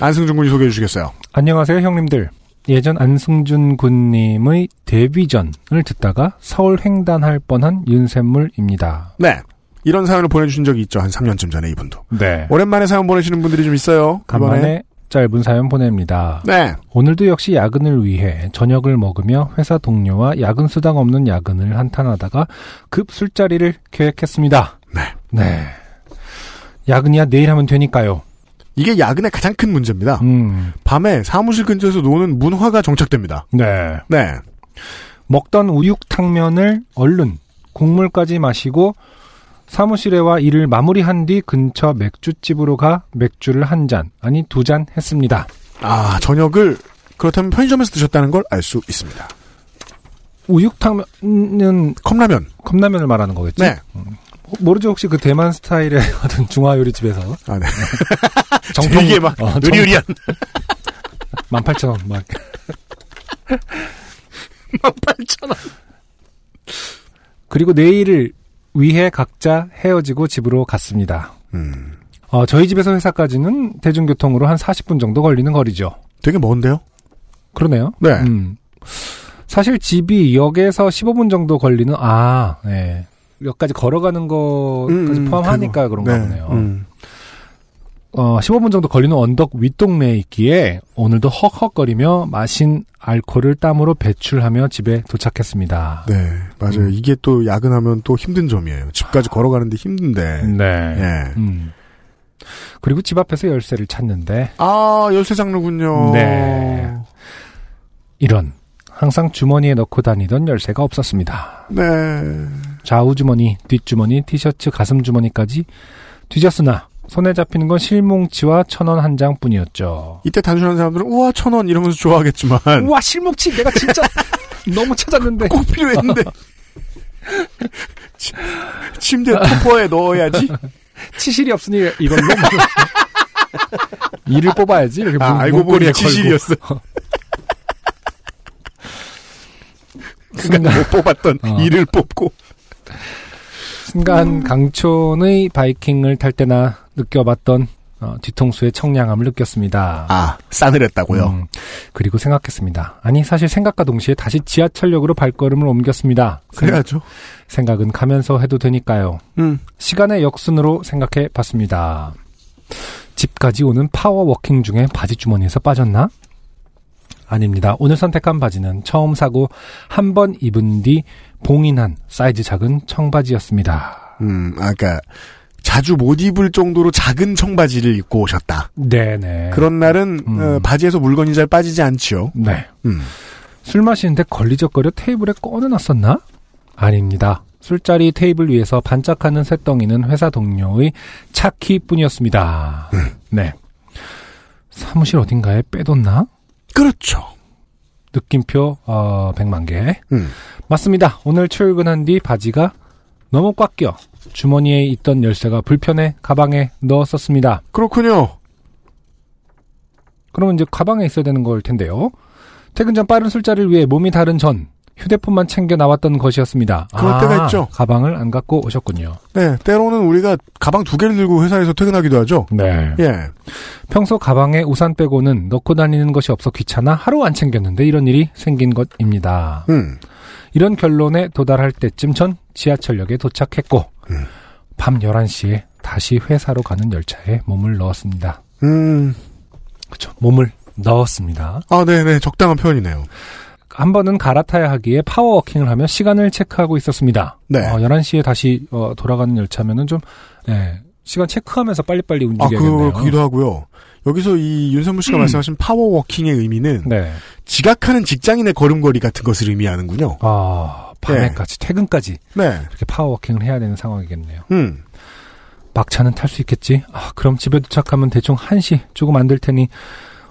S3: 안승준 군이 소개해 주시겠어요?
S2: 안녕하세요, 형님들. 예전 안승준 군님의 데뷔전을 듣다가 서울 횡단할 뻔한 윤샘물입니다.
S3: 네, 이런 사연을 보내주신 적이 있죠 한 3년쯤 전에 이분도
S2: 네.
S3: 오랜만에 사연 보내시는 분들이 좀 있어요. 이번에
S2: 간만에 짧은 사연 보냅니다.
S3: 네.
S2: 오늘도 역시 야근을 위해 저녁을 먹으며 회사 동료와 야근 수당 없는 야근을 한탄하다가 급 술자리를 계획했습니다.
S3: 네.
S2: 네. 야근이야 내일 하면 되니까요. 음.
S3: 이게 야근의 가장 큰 문제입니다. 밤에 사무실 근처에서 노는 문화가 정착됩니다.
S2: 네.
S3: 네.
S2: 먹던 우육탕면을 얼른 국물까지 마시고 사무실에 와 일을 마무리한 뒤 근처 맥주집으로 가 맥주를 한 잔, 아니 두 잔 했습니다.
S3: 아, 저녁을 그렇다면 편의점에서 드셨다는 걸 알 수 있습니다.
S2: 우육탕면은
S3: 컵라면.
S2: 컵라면을 말하는 거겠지?
S3: 네.
S2: 어, 모르죠 혹시 그 대만 스타일의 어떤 중화 요리집에서
S3: 아, 네.
S2: 정통
S3: 되게 막 으리으리한.
S2: 18,000원 막
S3: 18,000원.
S2: 그리고 내일을 위해 각자 헤어지고 집으로 갔습니다. 어, 저희 집에서 회사까지는 대중교통으로 한 40분 정도 걸리는 거리죠.
S3: 되게 먼데요?
S2: 그러네요.
S3: 네.
S2: 음. 사실 집이 역에서 15분 정도 걸리는 아, 네. 역까지 걸어가는 거까지
S3: 음,
S2: 포함하니까 음, 그런가 보네요. 음. 어, 15분 정도 걸리는 언덕 윗동네에 있기에 오늘도 헉헉거리며 마신 알코올을 땀으로 배출하며 집에 도착했습니다.
S3: 네,
S2: 음.
S3: 맞아요. 이게 또 야근하면 또 힘든 점이에요. 집까지 걸어가는데 힘든데.
S2: 아. 네.
S3: 예.
S2: 음. 그리고 집 앞에서 열쇠를 찾는데
S3: 아, 열쇠 장르군요.
S2: 네. 이런 항상 주머니에 넣고 다니던 열쇠가 없었습니다.
S3: 네.
S2: 좌우 주머니, 뒷주머니, 티셔츠, 가슴 주머니까지 뒤졌으나 손에 잡히는 건 실뭉치와 천 원 한 장뿐이었죠.
S3: 이때 단순한 사람들은 우와 천 원 이러면서 좋아하겠지만
S2: 우와 실뭉치 내가 진짜 너무 찾았는데
S3: 음. 꼭 필요했는데 치- 침대 토퍼에 넣어야지
S2: 치실이 없으니 이걸로 이를 뽑아야지 이렇게
S3: 아,
S2: 문-
S3: 알고
S2: 문고리에
S3: 보니
S2: 걸고.
S3: 치실이었어. 그간 못 뽑았던
S2: 어.
S3: 이를 뽑고
S2: 순간 강촌의 바이킹을 탈 때나 느껴봤던 어, 뒤통수의 청량함을 느꼈습니다. 음,
S3: 아 싸늘했다고요.
S2: 그리고 생각했습니다. 아니 사실 생각과 동시에 다시 지하철역으로 발걸음을 옮겼습니다. 생-
S3: 그래야죠.
S2: 생각은 가면서 해도 되니까요.
S3: 음.
S2: 시간의 역순으로 생각해 봤습니다. 집까지 오는 파워 워킹 중에 바지 주머니에서 빠졌나? 아닙니다. 오늘 선택한 바지는 처음 사고 한 번 입은 뒤 봉인한 사이즈 작은 청바지였습니다.
S3: 음, 아, 그니까, 자주 못 입을 정도로 작은 청바지를 입고 오셨다.
S2: 네네. 음.
S3: 그런 날은, 어, 바지에서 물건이 잘 빠지지 않지요.
S2: 네.
S3: 음.
S2: 술 마시는데 걸리적거려 테이블에 꺼내놨었나? 아닙니다. 술자리 테이블 위에서 반짝하는 새덩이는 회사 동료의 차키 뿐이었습니다. 네. 사무실 어딘가에 빼뒀나?
S3: 그렇죠.
S2: 느낌표, 어, 100만 개.
S3: 음.
S2: 맞습니다. 오늘 출근한 뒤 바지가 너무 꽉 껴. 주머니에 있던 열쇠가 불편해 가방에 넣었었습니다.
S3: 그렇군요.
S2: 그러면 이제 가방에 있어야 되는 걸 텐데요. 퇴근 전 빠른 술자리를 위해 몸이 다른 전 휴대폰만 챙겨 나왔던 것이었습니다.
S3: 그럴
S2: 아,
S3: 때가 있죠.
S2: 가방을 안 갖고 오셨군요.
S3: 네, 때로는 우리가 가방 두 개를 들고 회사에서 퇴근하기도 하죠.
S2: 네.
S3: 예.
S2: 평소 가방에 우산 빼고는 넣고 다니는 것이 없어 귀찮아 하루 안 챙겼는데 이런 일이 생긴 것입니다.
S3: 음.
S2: 이런 결론에 도달할 때쯤 전 지하철역에 도착했고 밤 11시에 다시 회사로 가는 열차에 몸을 넣었습니다.
S3: 음.
S2: 그렇죠. 몸을 넣었습니다.
S3: 아, 네네. 적당한 표현이네요.
S2: 한 번은 갈아타야 하기에 파워워킹을 하며 시간을 체크하고 있었습니다.
S3: 네.
S2: 어, 11시에 다시 어, 돌아가는 열차면은 좀 예, 시간 체크하면서 빨리빨리
S3: 아,
S2: 움직여야겠네요. 음.
S3: 그, 그기도 하고요. 여기서 이 윤선무 씨가 말씀하신 파워워킹의 의미는
S2: 네.
S3: 지각하는 직장인의 걸음걸이 같은 것을 의미하는군요.
S2: 아, 밤에까지 퇴근까지
S3: 네.
S2: 이렇게 파워워킹을 해야 되는 상황이겠네요.
S3: 음.
S2: 막차는 탈 수 있겠지. 아, 그럼 집에 도착하면 대충 1시 조금 안 될 테니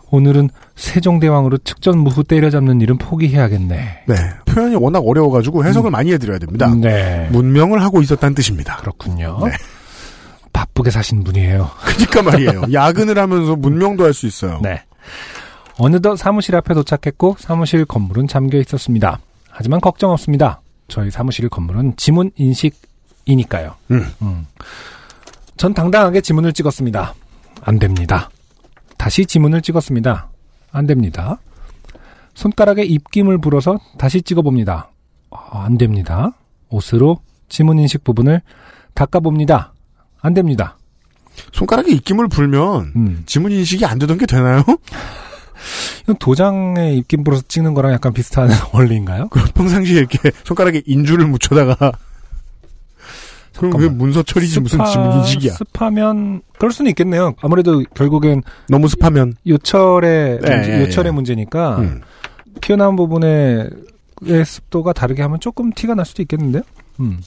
S2: 오늘은 세종대왕으로 측전 무후 때려잡는 일은 포기해야겠네.
S3: 네. 표현이 워낙 어려워가지고 해석을 많이 해드려야 됩니다.
S2: 음. 네.
S3: 문명을 하고 있었다는 뜻입니다.
S2: 그렇군요.
S3: 네.
S2: 바쁘게 사신 분이에요.
S3: 그러니까 말이에요. 야근을 하면서 문명도 할 수 있어요.
S2: 네. 어느덧 사무실 앞에 도착했고 사무실 건물은 잠겨 있었습니다. 하지만 걱정 없습니다. 저희 사무실 건물은 지문 인식이니까요.
S3: 음.
S2: 음. 전 당당하게 지문을 찍었습니다. 안 됩니다. 다시 지문을 찍었습니다. 안 됩니다. 손가락에 입김을 불어서 다시 찍어봅니다. 아, 안 됩니다. 옷으로 지문 인식 부분을 닦아봅니다. 안 됩니다.
S3: 손가락에 입김을 불면
S2: 음.
S3: 지문 인식이 안 되던 게 되나요?
S2: 이건 도장에 입김 불어서 찍는 거랑 약간 비슷한 원리인가요?
S3: 그럼 평상시에 이렇게 손가락에 인주를 묻혀다가 그럼 그게 문서 처리지 무슨 지문 인식이야?
S2: 습하면 그럴 수는 있겠네요. 아무래도 결국엔
S3: 너무 습하면
S2: 요철의
S3: 예,
S2: 문제-
S3: 예,
S2: 요철의
S3: 예.
S2: 문제니까
S3: 음.
S2: 튀어나온 부분의 의 습도가 다르게 하면 조금 티가 날 수도 있겠는데요. 음.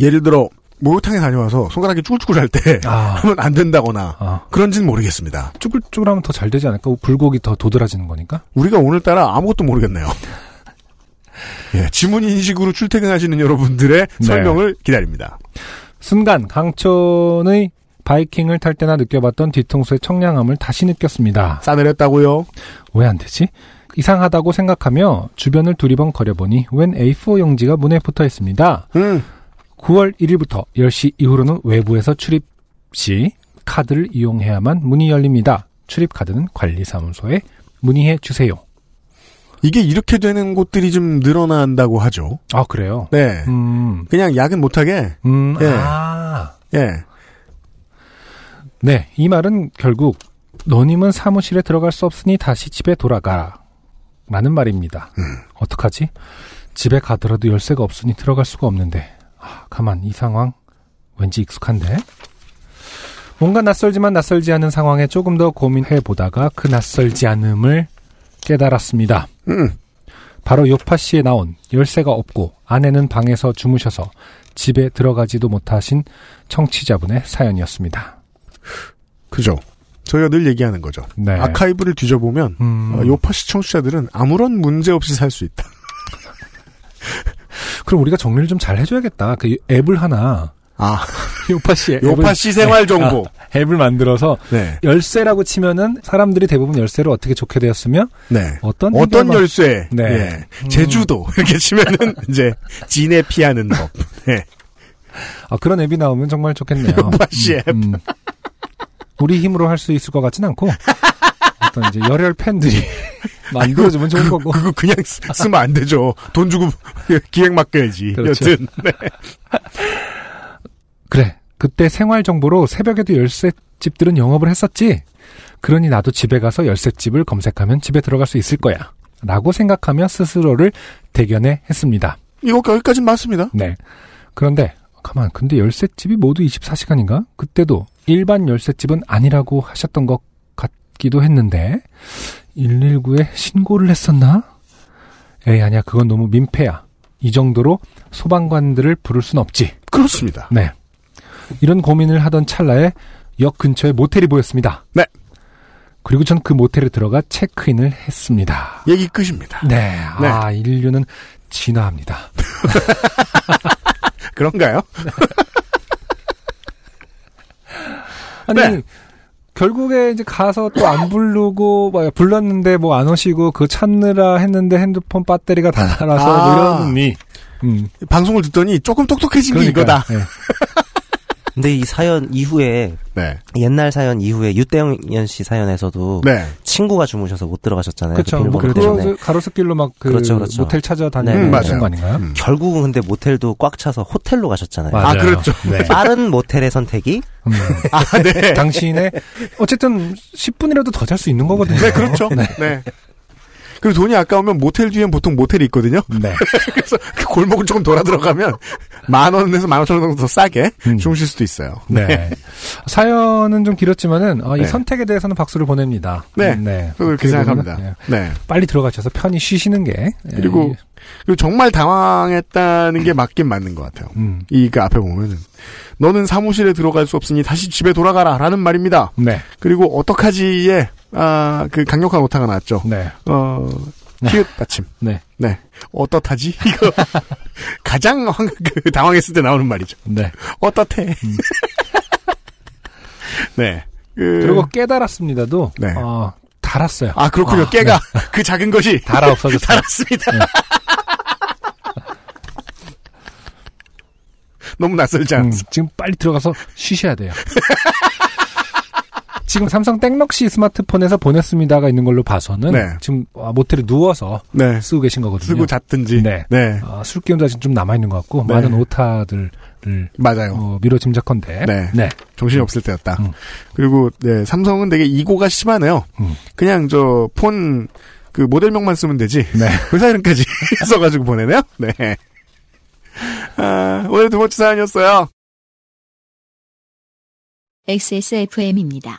S3: 예를 들어 목욕탕에 다녀와서 손가락이 쭈글쭈글 할때
S2: 아.
S3: 하면 안 된다거나 그런지는 모르겠습니다.
S2: 쭈글쭈글하면 더 잘 되지 않을까? 불고기 더 도드라지는 거니까.
S3: 우리가 오늘따라 아무것도 모르겠네요. 예, 지문 인식으로 출퇴근하시는 여러분들의
S2: 네.
S3: 설명을 기다립니다.
S2: 순간 강촌의 바이킹을 탈 때나 느껴봤던 뒤통수의 청량함을 다시 느꼈습니다.
S3: 싸늘했다고요?
S2: 왜 안 되지? 이상하다고 생각하며 주변을 두리번 거려보니 웬 A4 용지가 문에 붙어 있습니다. 9월 1일부터 10시 이후로는 외부에서 출입 시 카드를 이용해야만 문이 열립니다. 출입 카드는 관리사무소에 문의해 주세요.
S3: 이게 이렇게 되는 곳들이 좀 늘어난다고 하죠.
S2: 아 그래요?
S3: 네.
S2: 음.
S3: 그냥 야근 못하게.
S2: 음,
S3: 예.
S2: 아.
S3: 예.
S2: 네, 이 말은 결국 너님은 사무실에 들어갈 수 없으니 다시 집에 돌아가라. 라는 말입니다. 어떡하지? 집에 가더라도 열쇠가 없으니 들어갈 수가 없는데. 아, 가만 이 상황 왠지 익숙한데. 뭔가 낯설지만 낯설지 않은 상황에 조금 더 고민해 보다가 그 낯설지 않음을 깨달았습니다. 바로 요파 씨에 나온 열쇠가 없고 아내는 방에서 주무셔서 집에 들어가지도 못하신 청취자분의 사연이었습니다.
S3: 그죠. 저희가 늘 얘기하는 거죠.
S2: 네. 음.
S3: 아카이브를 뒤져보면 어, 요파 시 청취자들은 아무런 문제 없이 살 수 있다.
S2: 그럼 우리가 정리를 좀 잘 해줘야겠다. 그 앱을 하나.
S3: 아.
S2: 요파 씨. 앱을-
S3: 요파 씨 생활 정보.
S2: 아, 앱을 만들어서
S3: 네.
S2: 열쇠라고 치면은 사람들이 대부분 열쇠를 어떻게 좋게 되었으며
S3: 네.
S2: 어떤
S3: 어떤
S2: 해결만-
S3: 열쇠?
S2: 네. 음.
S3: 예. 제주도 이렇게 치면은 이제 진해 피하는 법. 네.
S2: 아, 그런 앱이 나오면 정말 좋겠네요. 음.
S3: 요파 씨 앱.
S2: 우리 힘으로 할 수 있을 것 같진 않고 어떤 이제 열혈 팬들이 만들어주면 좋은 거고.
S3: 그거 그냥 쓰- 쓰면 안 되죠. 돈 주고 기획 맡겨야지.
S2: 그렇죠.
S3: 여튼 네.
S2: 그래. 그때 생활 정보로 새벽에도 열쇠집들은 영업을 했었지. 그러니 나도 집에 가서 열쇠집을 검색하면 집에 들어갈 수 있을 거야. 라고 생각하며 스스로를 대견해 했습니다.
S3: 이거 여기까지 맞습니다.
S2: 네. 그런데 가만 근데 열쇠집이 모두 24시간인가? 그때도 일반 열쇠집은 아니라고 하셨던 것 같기도 했는데 119에 신고를 했었나? 에이 아니야 그건 너무 민폐야. 이 정도로 소방관들을 부를 순 없지.
S3: 그렇습니다.
S2: 네. 이런 고민을 하던 찰나에 역 근처에 모텔이 보였습니다.
S3: 네.
S2: 그리고 전 그 모텔에 들어가 체크인을 했습니다.
S3: 얘기 끝입니다.
S2: 네. 아, 인류는 진화합니다.
S3: 그런가요?
S2: 아니 결국에 이제 가서 또 안 부르고 막 불렀는데 뭐 안 오시고 그 찾느라 했는데 핸드폰 배터리가 다 닳아서
S3: 아.
S2: 뭐 이런 니
S3: 방송을 듣더니 조금 똑똑해진 게
S15: 그러니까요.
S3: 이거다.
S15: 네. 근데 이 사연 이후에
S3: 네.
S15: 옛날 사연 이후에 유태영 씨 사연에서도
S2: 네.
S15: 친구가 주무셔서 못 들어가셨잖아요.
S2: 그렇죠.
S15: 그
S2: 뭐
S15: 비밀번호
S2: 그래서
S15: 때문에.
S2: 가로수길로 막 그
S15: 그렇죠, 그렇죠.
S2: 모텔
S15: 네,
S2: 찾아다니는
S15: 네,
S2: 그런
S15: 맞아요.
S2: 거 아닌가요?
S4: 음,
S15: 결국은 근데 모텔도 꽉 차서 호텔로 가셨잖아요.
S2: 맞아요. 아, 그렇죠. 네.
S15: 빠른 모텔의 선택이
S2: 아, 당신의 어쨌든 10분이라도 더 잘 수 있는 거거든요.
S3: 네, 그렇죠. 네. 그리고 돈이 아까우면 모텔 뒤엔 보통 모텔이 있거든요.
S2: 네.
S3: 그래서 그 골목을 조금 돌아 들어가면 만 원에서 만 오천 원 정도 더 싸게 주무실 수도 있어요.
S2: 네. 사연은 좀 길었지만은 아, 이
S3: 네.
S2: 선택에 대해서는 박수를 보냅니다.
S3: 네.
S2: 음,
S3: 저도 그렇게
S2: 어떻게 보면은,
S3: 생각합니다.
S2: 예.
S3: 네.
S2: 빨리 들어가셔서 편히 쉬시는 게 예, 네.
S3: 그리고, 그리고 정말 당황했다는 게 맞긴 맞는 것 같아요.
S2: 음.
S3: 이 그 앞에 보면은 너는 사무실에 들어갈 수 없으니 다시 집에 돌아가라라는 말입니다.
S2: 네.
S3: 그리고 어떡하지에 아그 강력한 오타가 나왔죠.
S2: 네.
S3: 어 히읗 받침.
S2: 네.
S3: 네. 어떻하지? 이거 가장 황- 그 당황했을 때 나오는 말이죠.
S2: 네.
S3: 어떻해?
S2: 음.
S3: 네. 그-
S2: 그리고 깨달았습니다도
S3: 네.
S2: 어, 달았어요.
S3: 아 그렇군요.
S2: 아, 음.
S3: 깨가 그 작은 것이
S2: 달아 없어졌어요.
S3: 달았습니다. 너무 낯설지 않습니까?
S2: 음, 지금 빨리 들어가서 쉬셔야 돼요. 지금 삼성 땡럭시 스마트폰에서 보냈습니다가 있는 걸로 봐서는
S3: 네.
S2: 지금 아, 모텔에 누워서
S3: 네.
S2: 쓰고 계신 거거든요.
S3: 쓰고 잤든지.
S2: 네.
S3: 네.
S2: 아, 술 기운도 아직 좀 남아 있는 것 같고
S3: 네.
S2: 많은 오타들
S3: 맞아요.
S2: 미로 짐작컨대.
S3: 네.
S2: 네.
S3: 정신이 없을 때였다. 그리고 네, 삼성은 되게 이고가 심하네요. 그냥 저 폰 그 모델명만 쓰면 되지. 회사 이름까지 써가지고 보내네요. 네. 아, 오늘 두 번째 사연이었어요.
S1: XSFM입니다.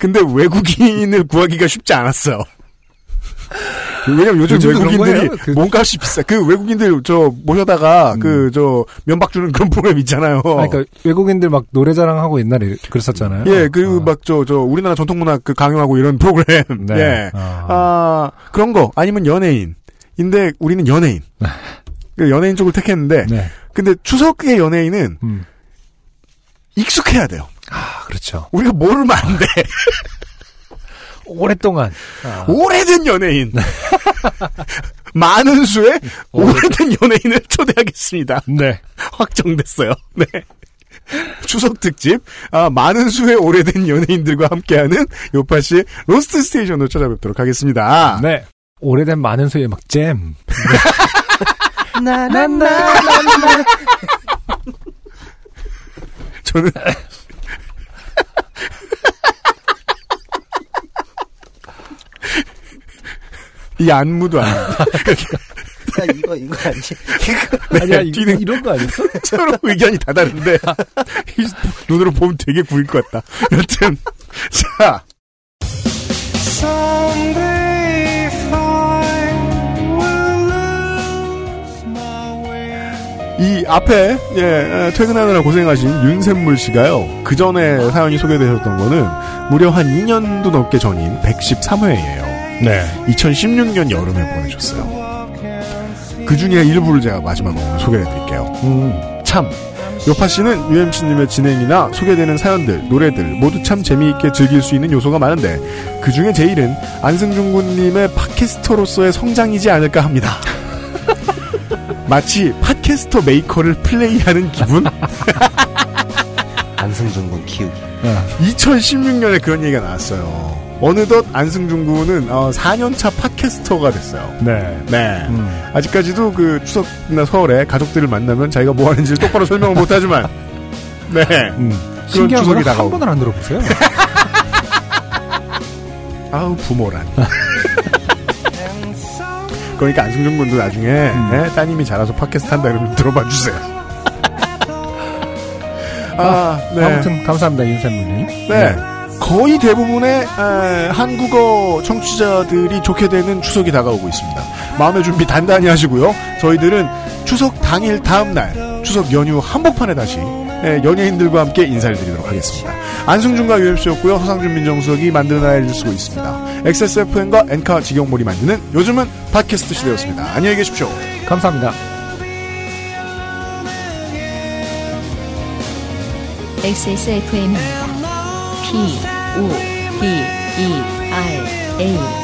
S3: 근데 외국인을 구하기가 쉽지 않았어요. 왜냐면 요즘
S2: 요즘도 그런
S3: 외국인들이
S2: 거예요? 그- 음.
S3: 몸값이 비싸. 그 외국인들 저 모셔다가 그 저 면박 주는 그런 프로그램 있잖아요.
S2: 아니, 그러니까 외국인들 막 노래 자랑하고 옛날에 그랬었잖아요.
S3: 어. 예, 그리고 막 저 저 우리나라 전통 문화 그 강요하고 이런 프로그램.
S2: 어. 네.
S3: 예. 아, 그런 거 아니면 연예인. 근데 우리는 연예인.
S2: 네.
S3: 그 연예인 쪽을 택했는데 근데 추석의 연예인은 익숙해야 돼요.
S2: 아, 그렇죠.
S3: 우리가 모르면 안 돼.
S2: 오랫동안
S3: 오래된 연예인. 많은 수의 오래된 연예인을 초대하겠습니다.
S2: 네.
S3: 확정됐어요. 네. 추석 특집, 아, 많은 수의 오래된 연예인들과 함께하는 요파씨의 로스트 스테이션으로 찾아뵙도록 하겠습니다.
S2: 네. 오래된 많은 소리에 막 잼.
S14: 나나나나나
S3: 저는. 이 안무도 안.
S15: 야, 이거 이거 아니.
S3: 아니야, 이런 거 아니었어? 서로 의견이 다 다른데. 이 눈으로 보면 되게 구릴 것 같다. 여튼, 자. 이 앞에 예, 에, 퇴근하느라 고생하신 윤샘물 씨가요. 그 전에 사연이 소개되셨던 거는 무려 한 2년도 넘게 전인 113회예요.
S2: 네.
S3: 2016년 여름에 보내셨어요. 그 중에 일부를 제가 마지막으로 소개해드릴게요. 참 요파 씨는 UMC님의 진행이나 소개되는 사연들, 노래들 모두 참 재미있게 즐길 수 있는 요소가 많은데 그 중에 제일은 안승준 군님의 팟캐스터로서의 성장이지 않을까 합니다. 마치 팟캐스터 메이커를 플레이하는 기분?
S15: 안승준 군 키우기.
S3: 2016년에 그런 얘기가 나왔어요. 어느덧 안승준 군은 어, 4년차 팟캐스터가 됐어요.
S2: 네.
S3: 네. 아직까지도 그 추석이나 서울에 가족들을 만나면 자기가 뭐 하는지를 똑바로 설명을 못하지만, 네. 그런
S2: 음.
S3: 추석이
S2: 신기한 거는 한
S3: 다가오고.
S2: 번을 안 들어보세요.
S3: 아우 부모란. 그러니까 예,
S2: 음.
S3: 안승준 군도 나중에 네, 따님이 자라서 팟캐스트 한다 그러면 들어봐 주세요. 아, 네.
S2: 아무튼 감사합니다 윤산물님.
S3: 네. 거의 대부분의 에, 한국어 청취자들이 좋게 되는 추석이 다가오고 있습니다. 마음의 준비 단단히 하시고요. 저희들은 추석 당일 다음 날 추석 연휴 한복판에 다시 에, 연예인들과 함께 인사를 드리도록 하겠습니다. 안승준과 UMC였고요. 서상준 민정수석이 만드는 아이를 쓰고 있습니다. XSFM과 엔카 직영몰이 만드는 요즘은 팟캐스트 시대였습니다. 안녕히 계십시오.
S2: 네, 감사합니다.
S1: XSFM입니다. P, O, D, E, R, A.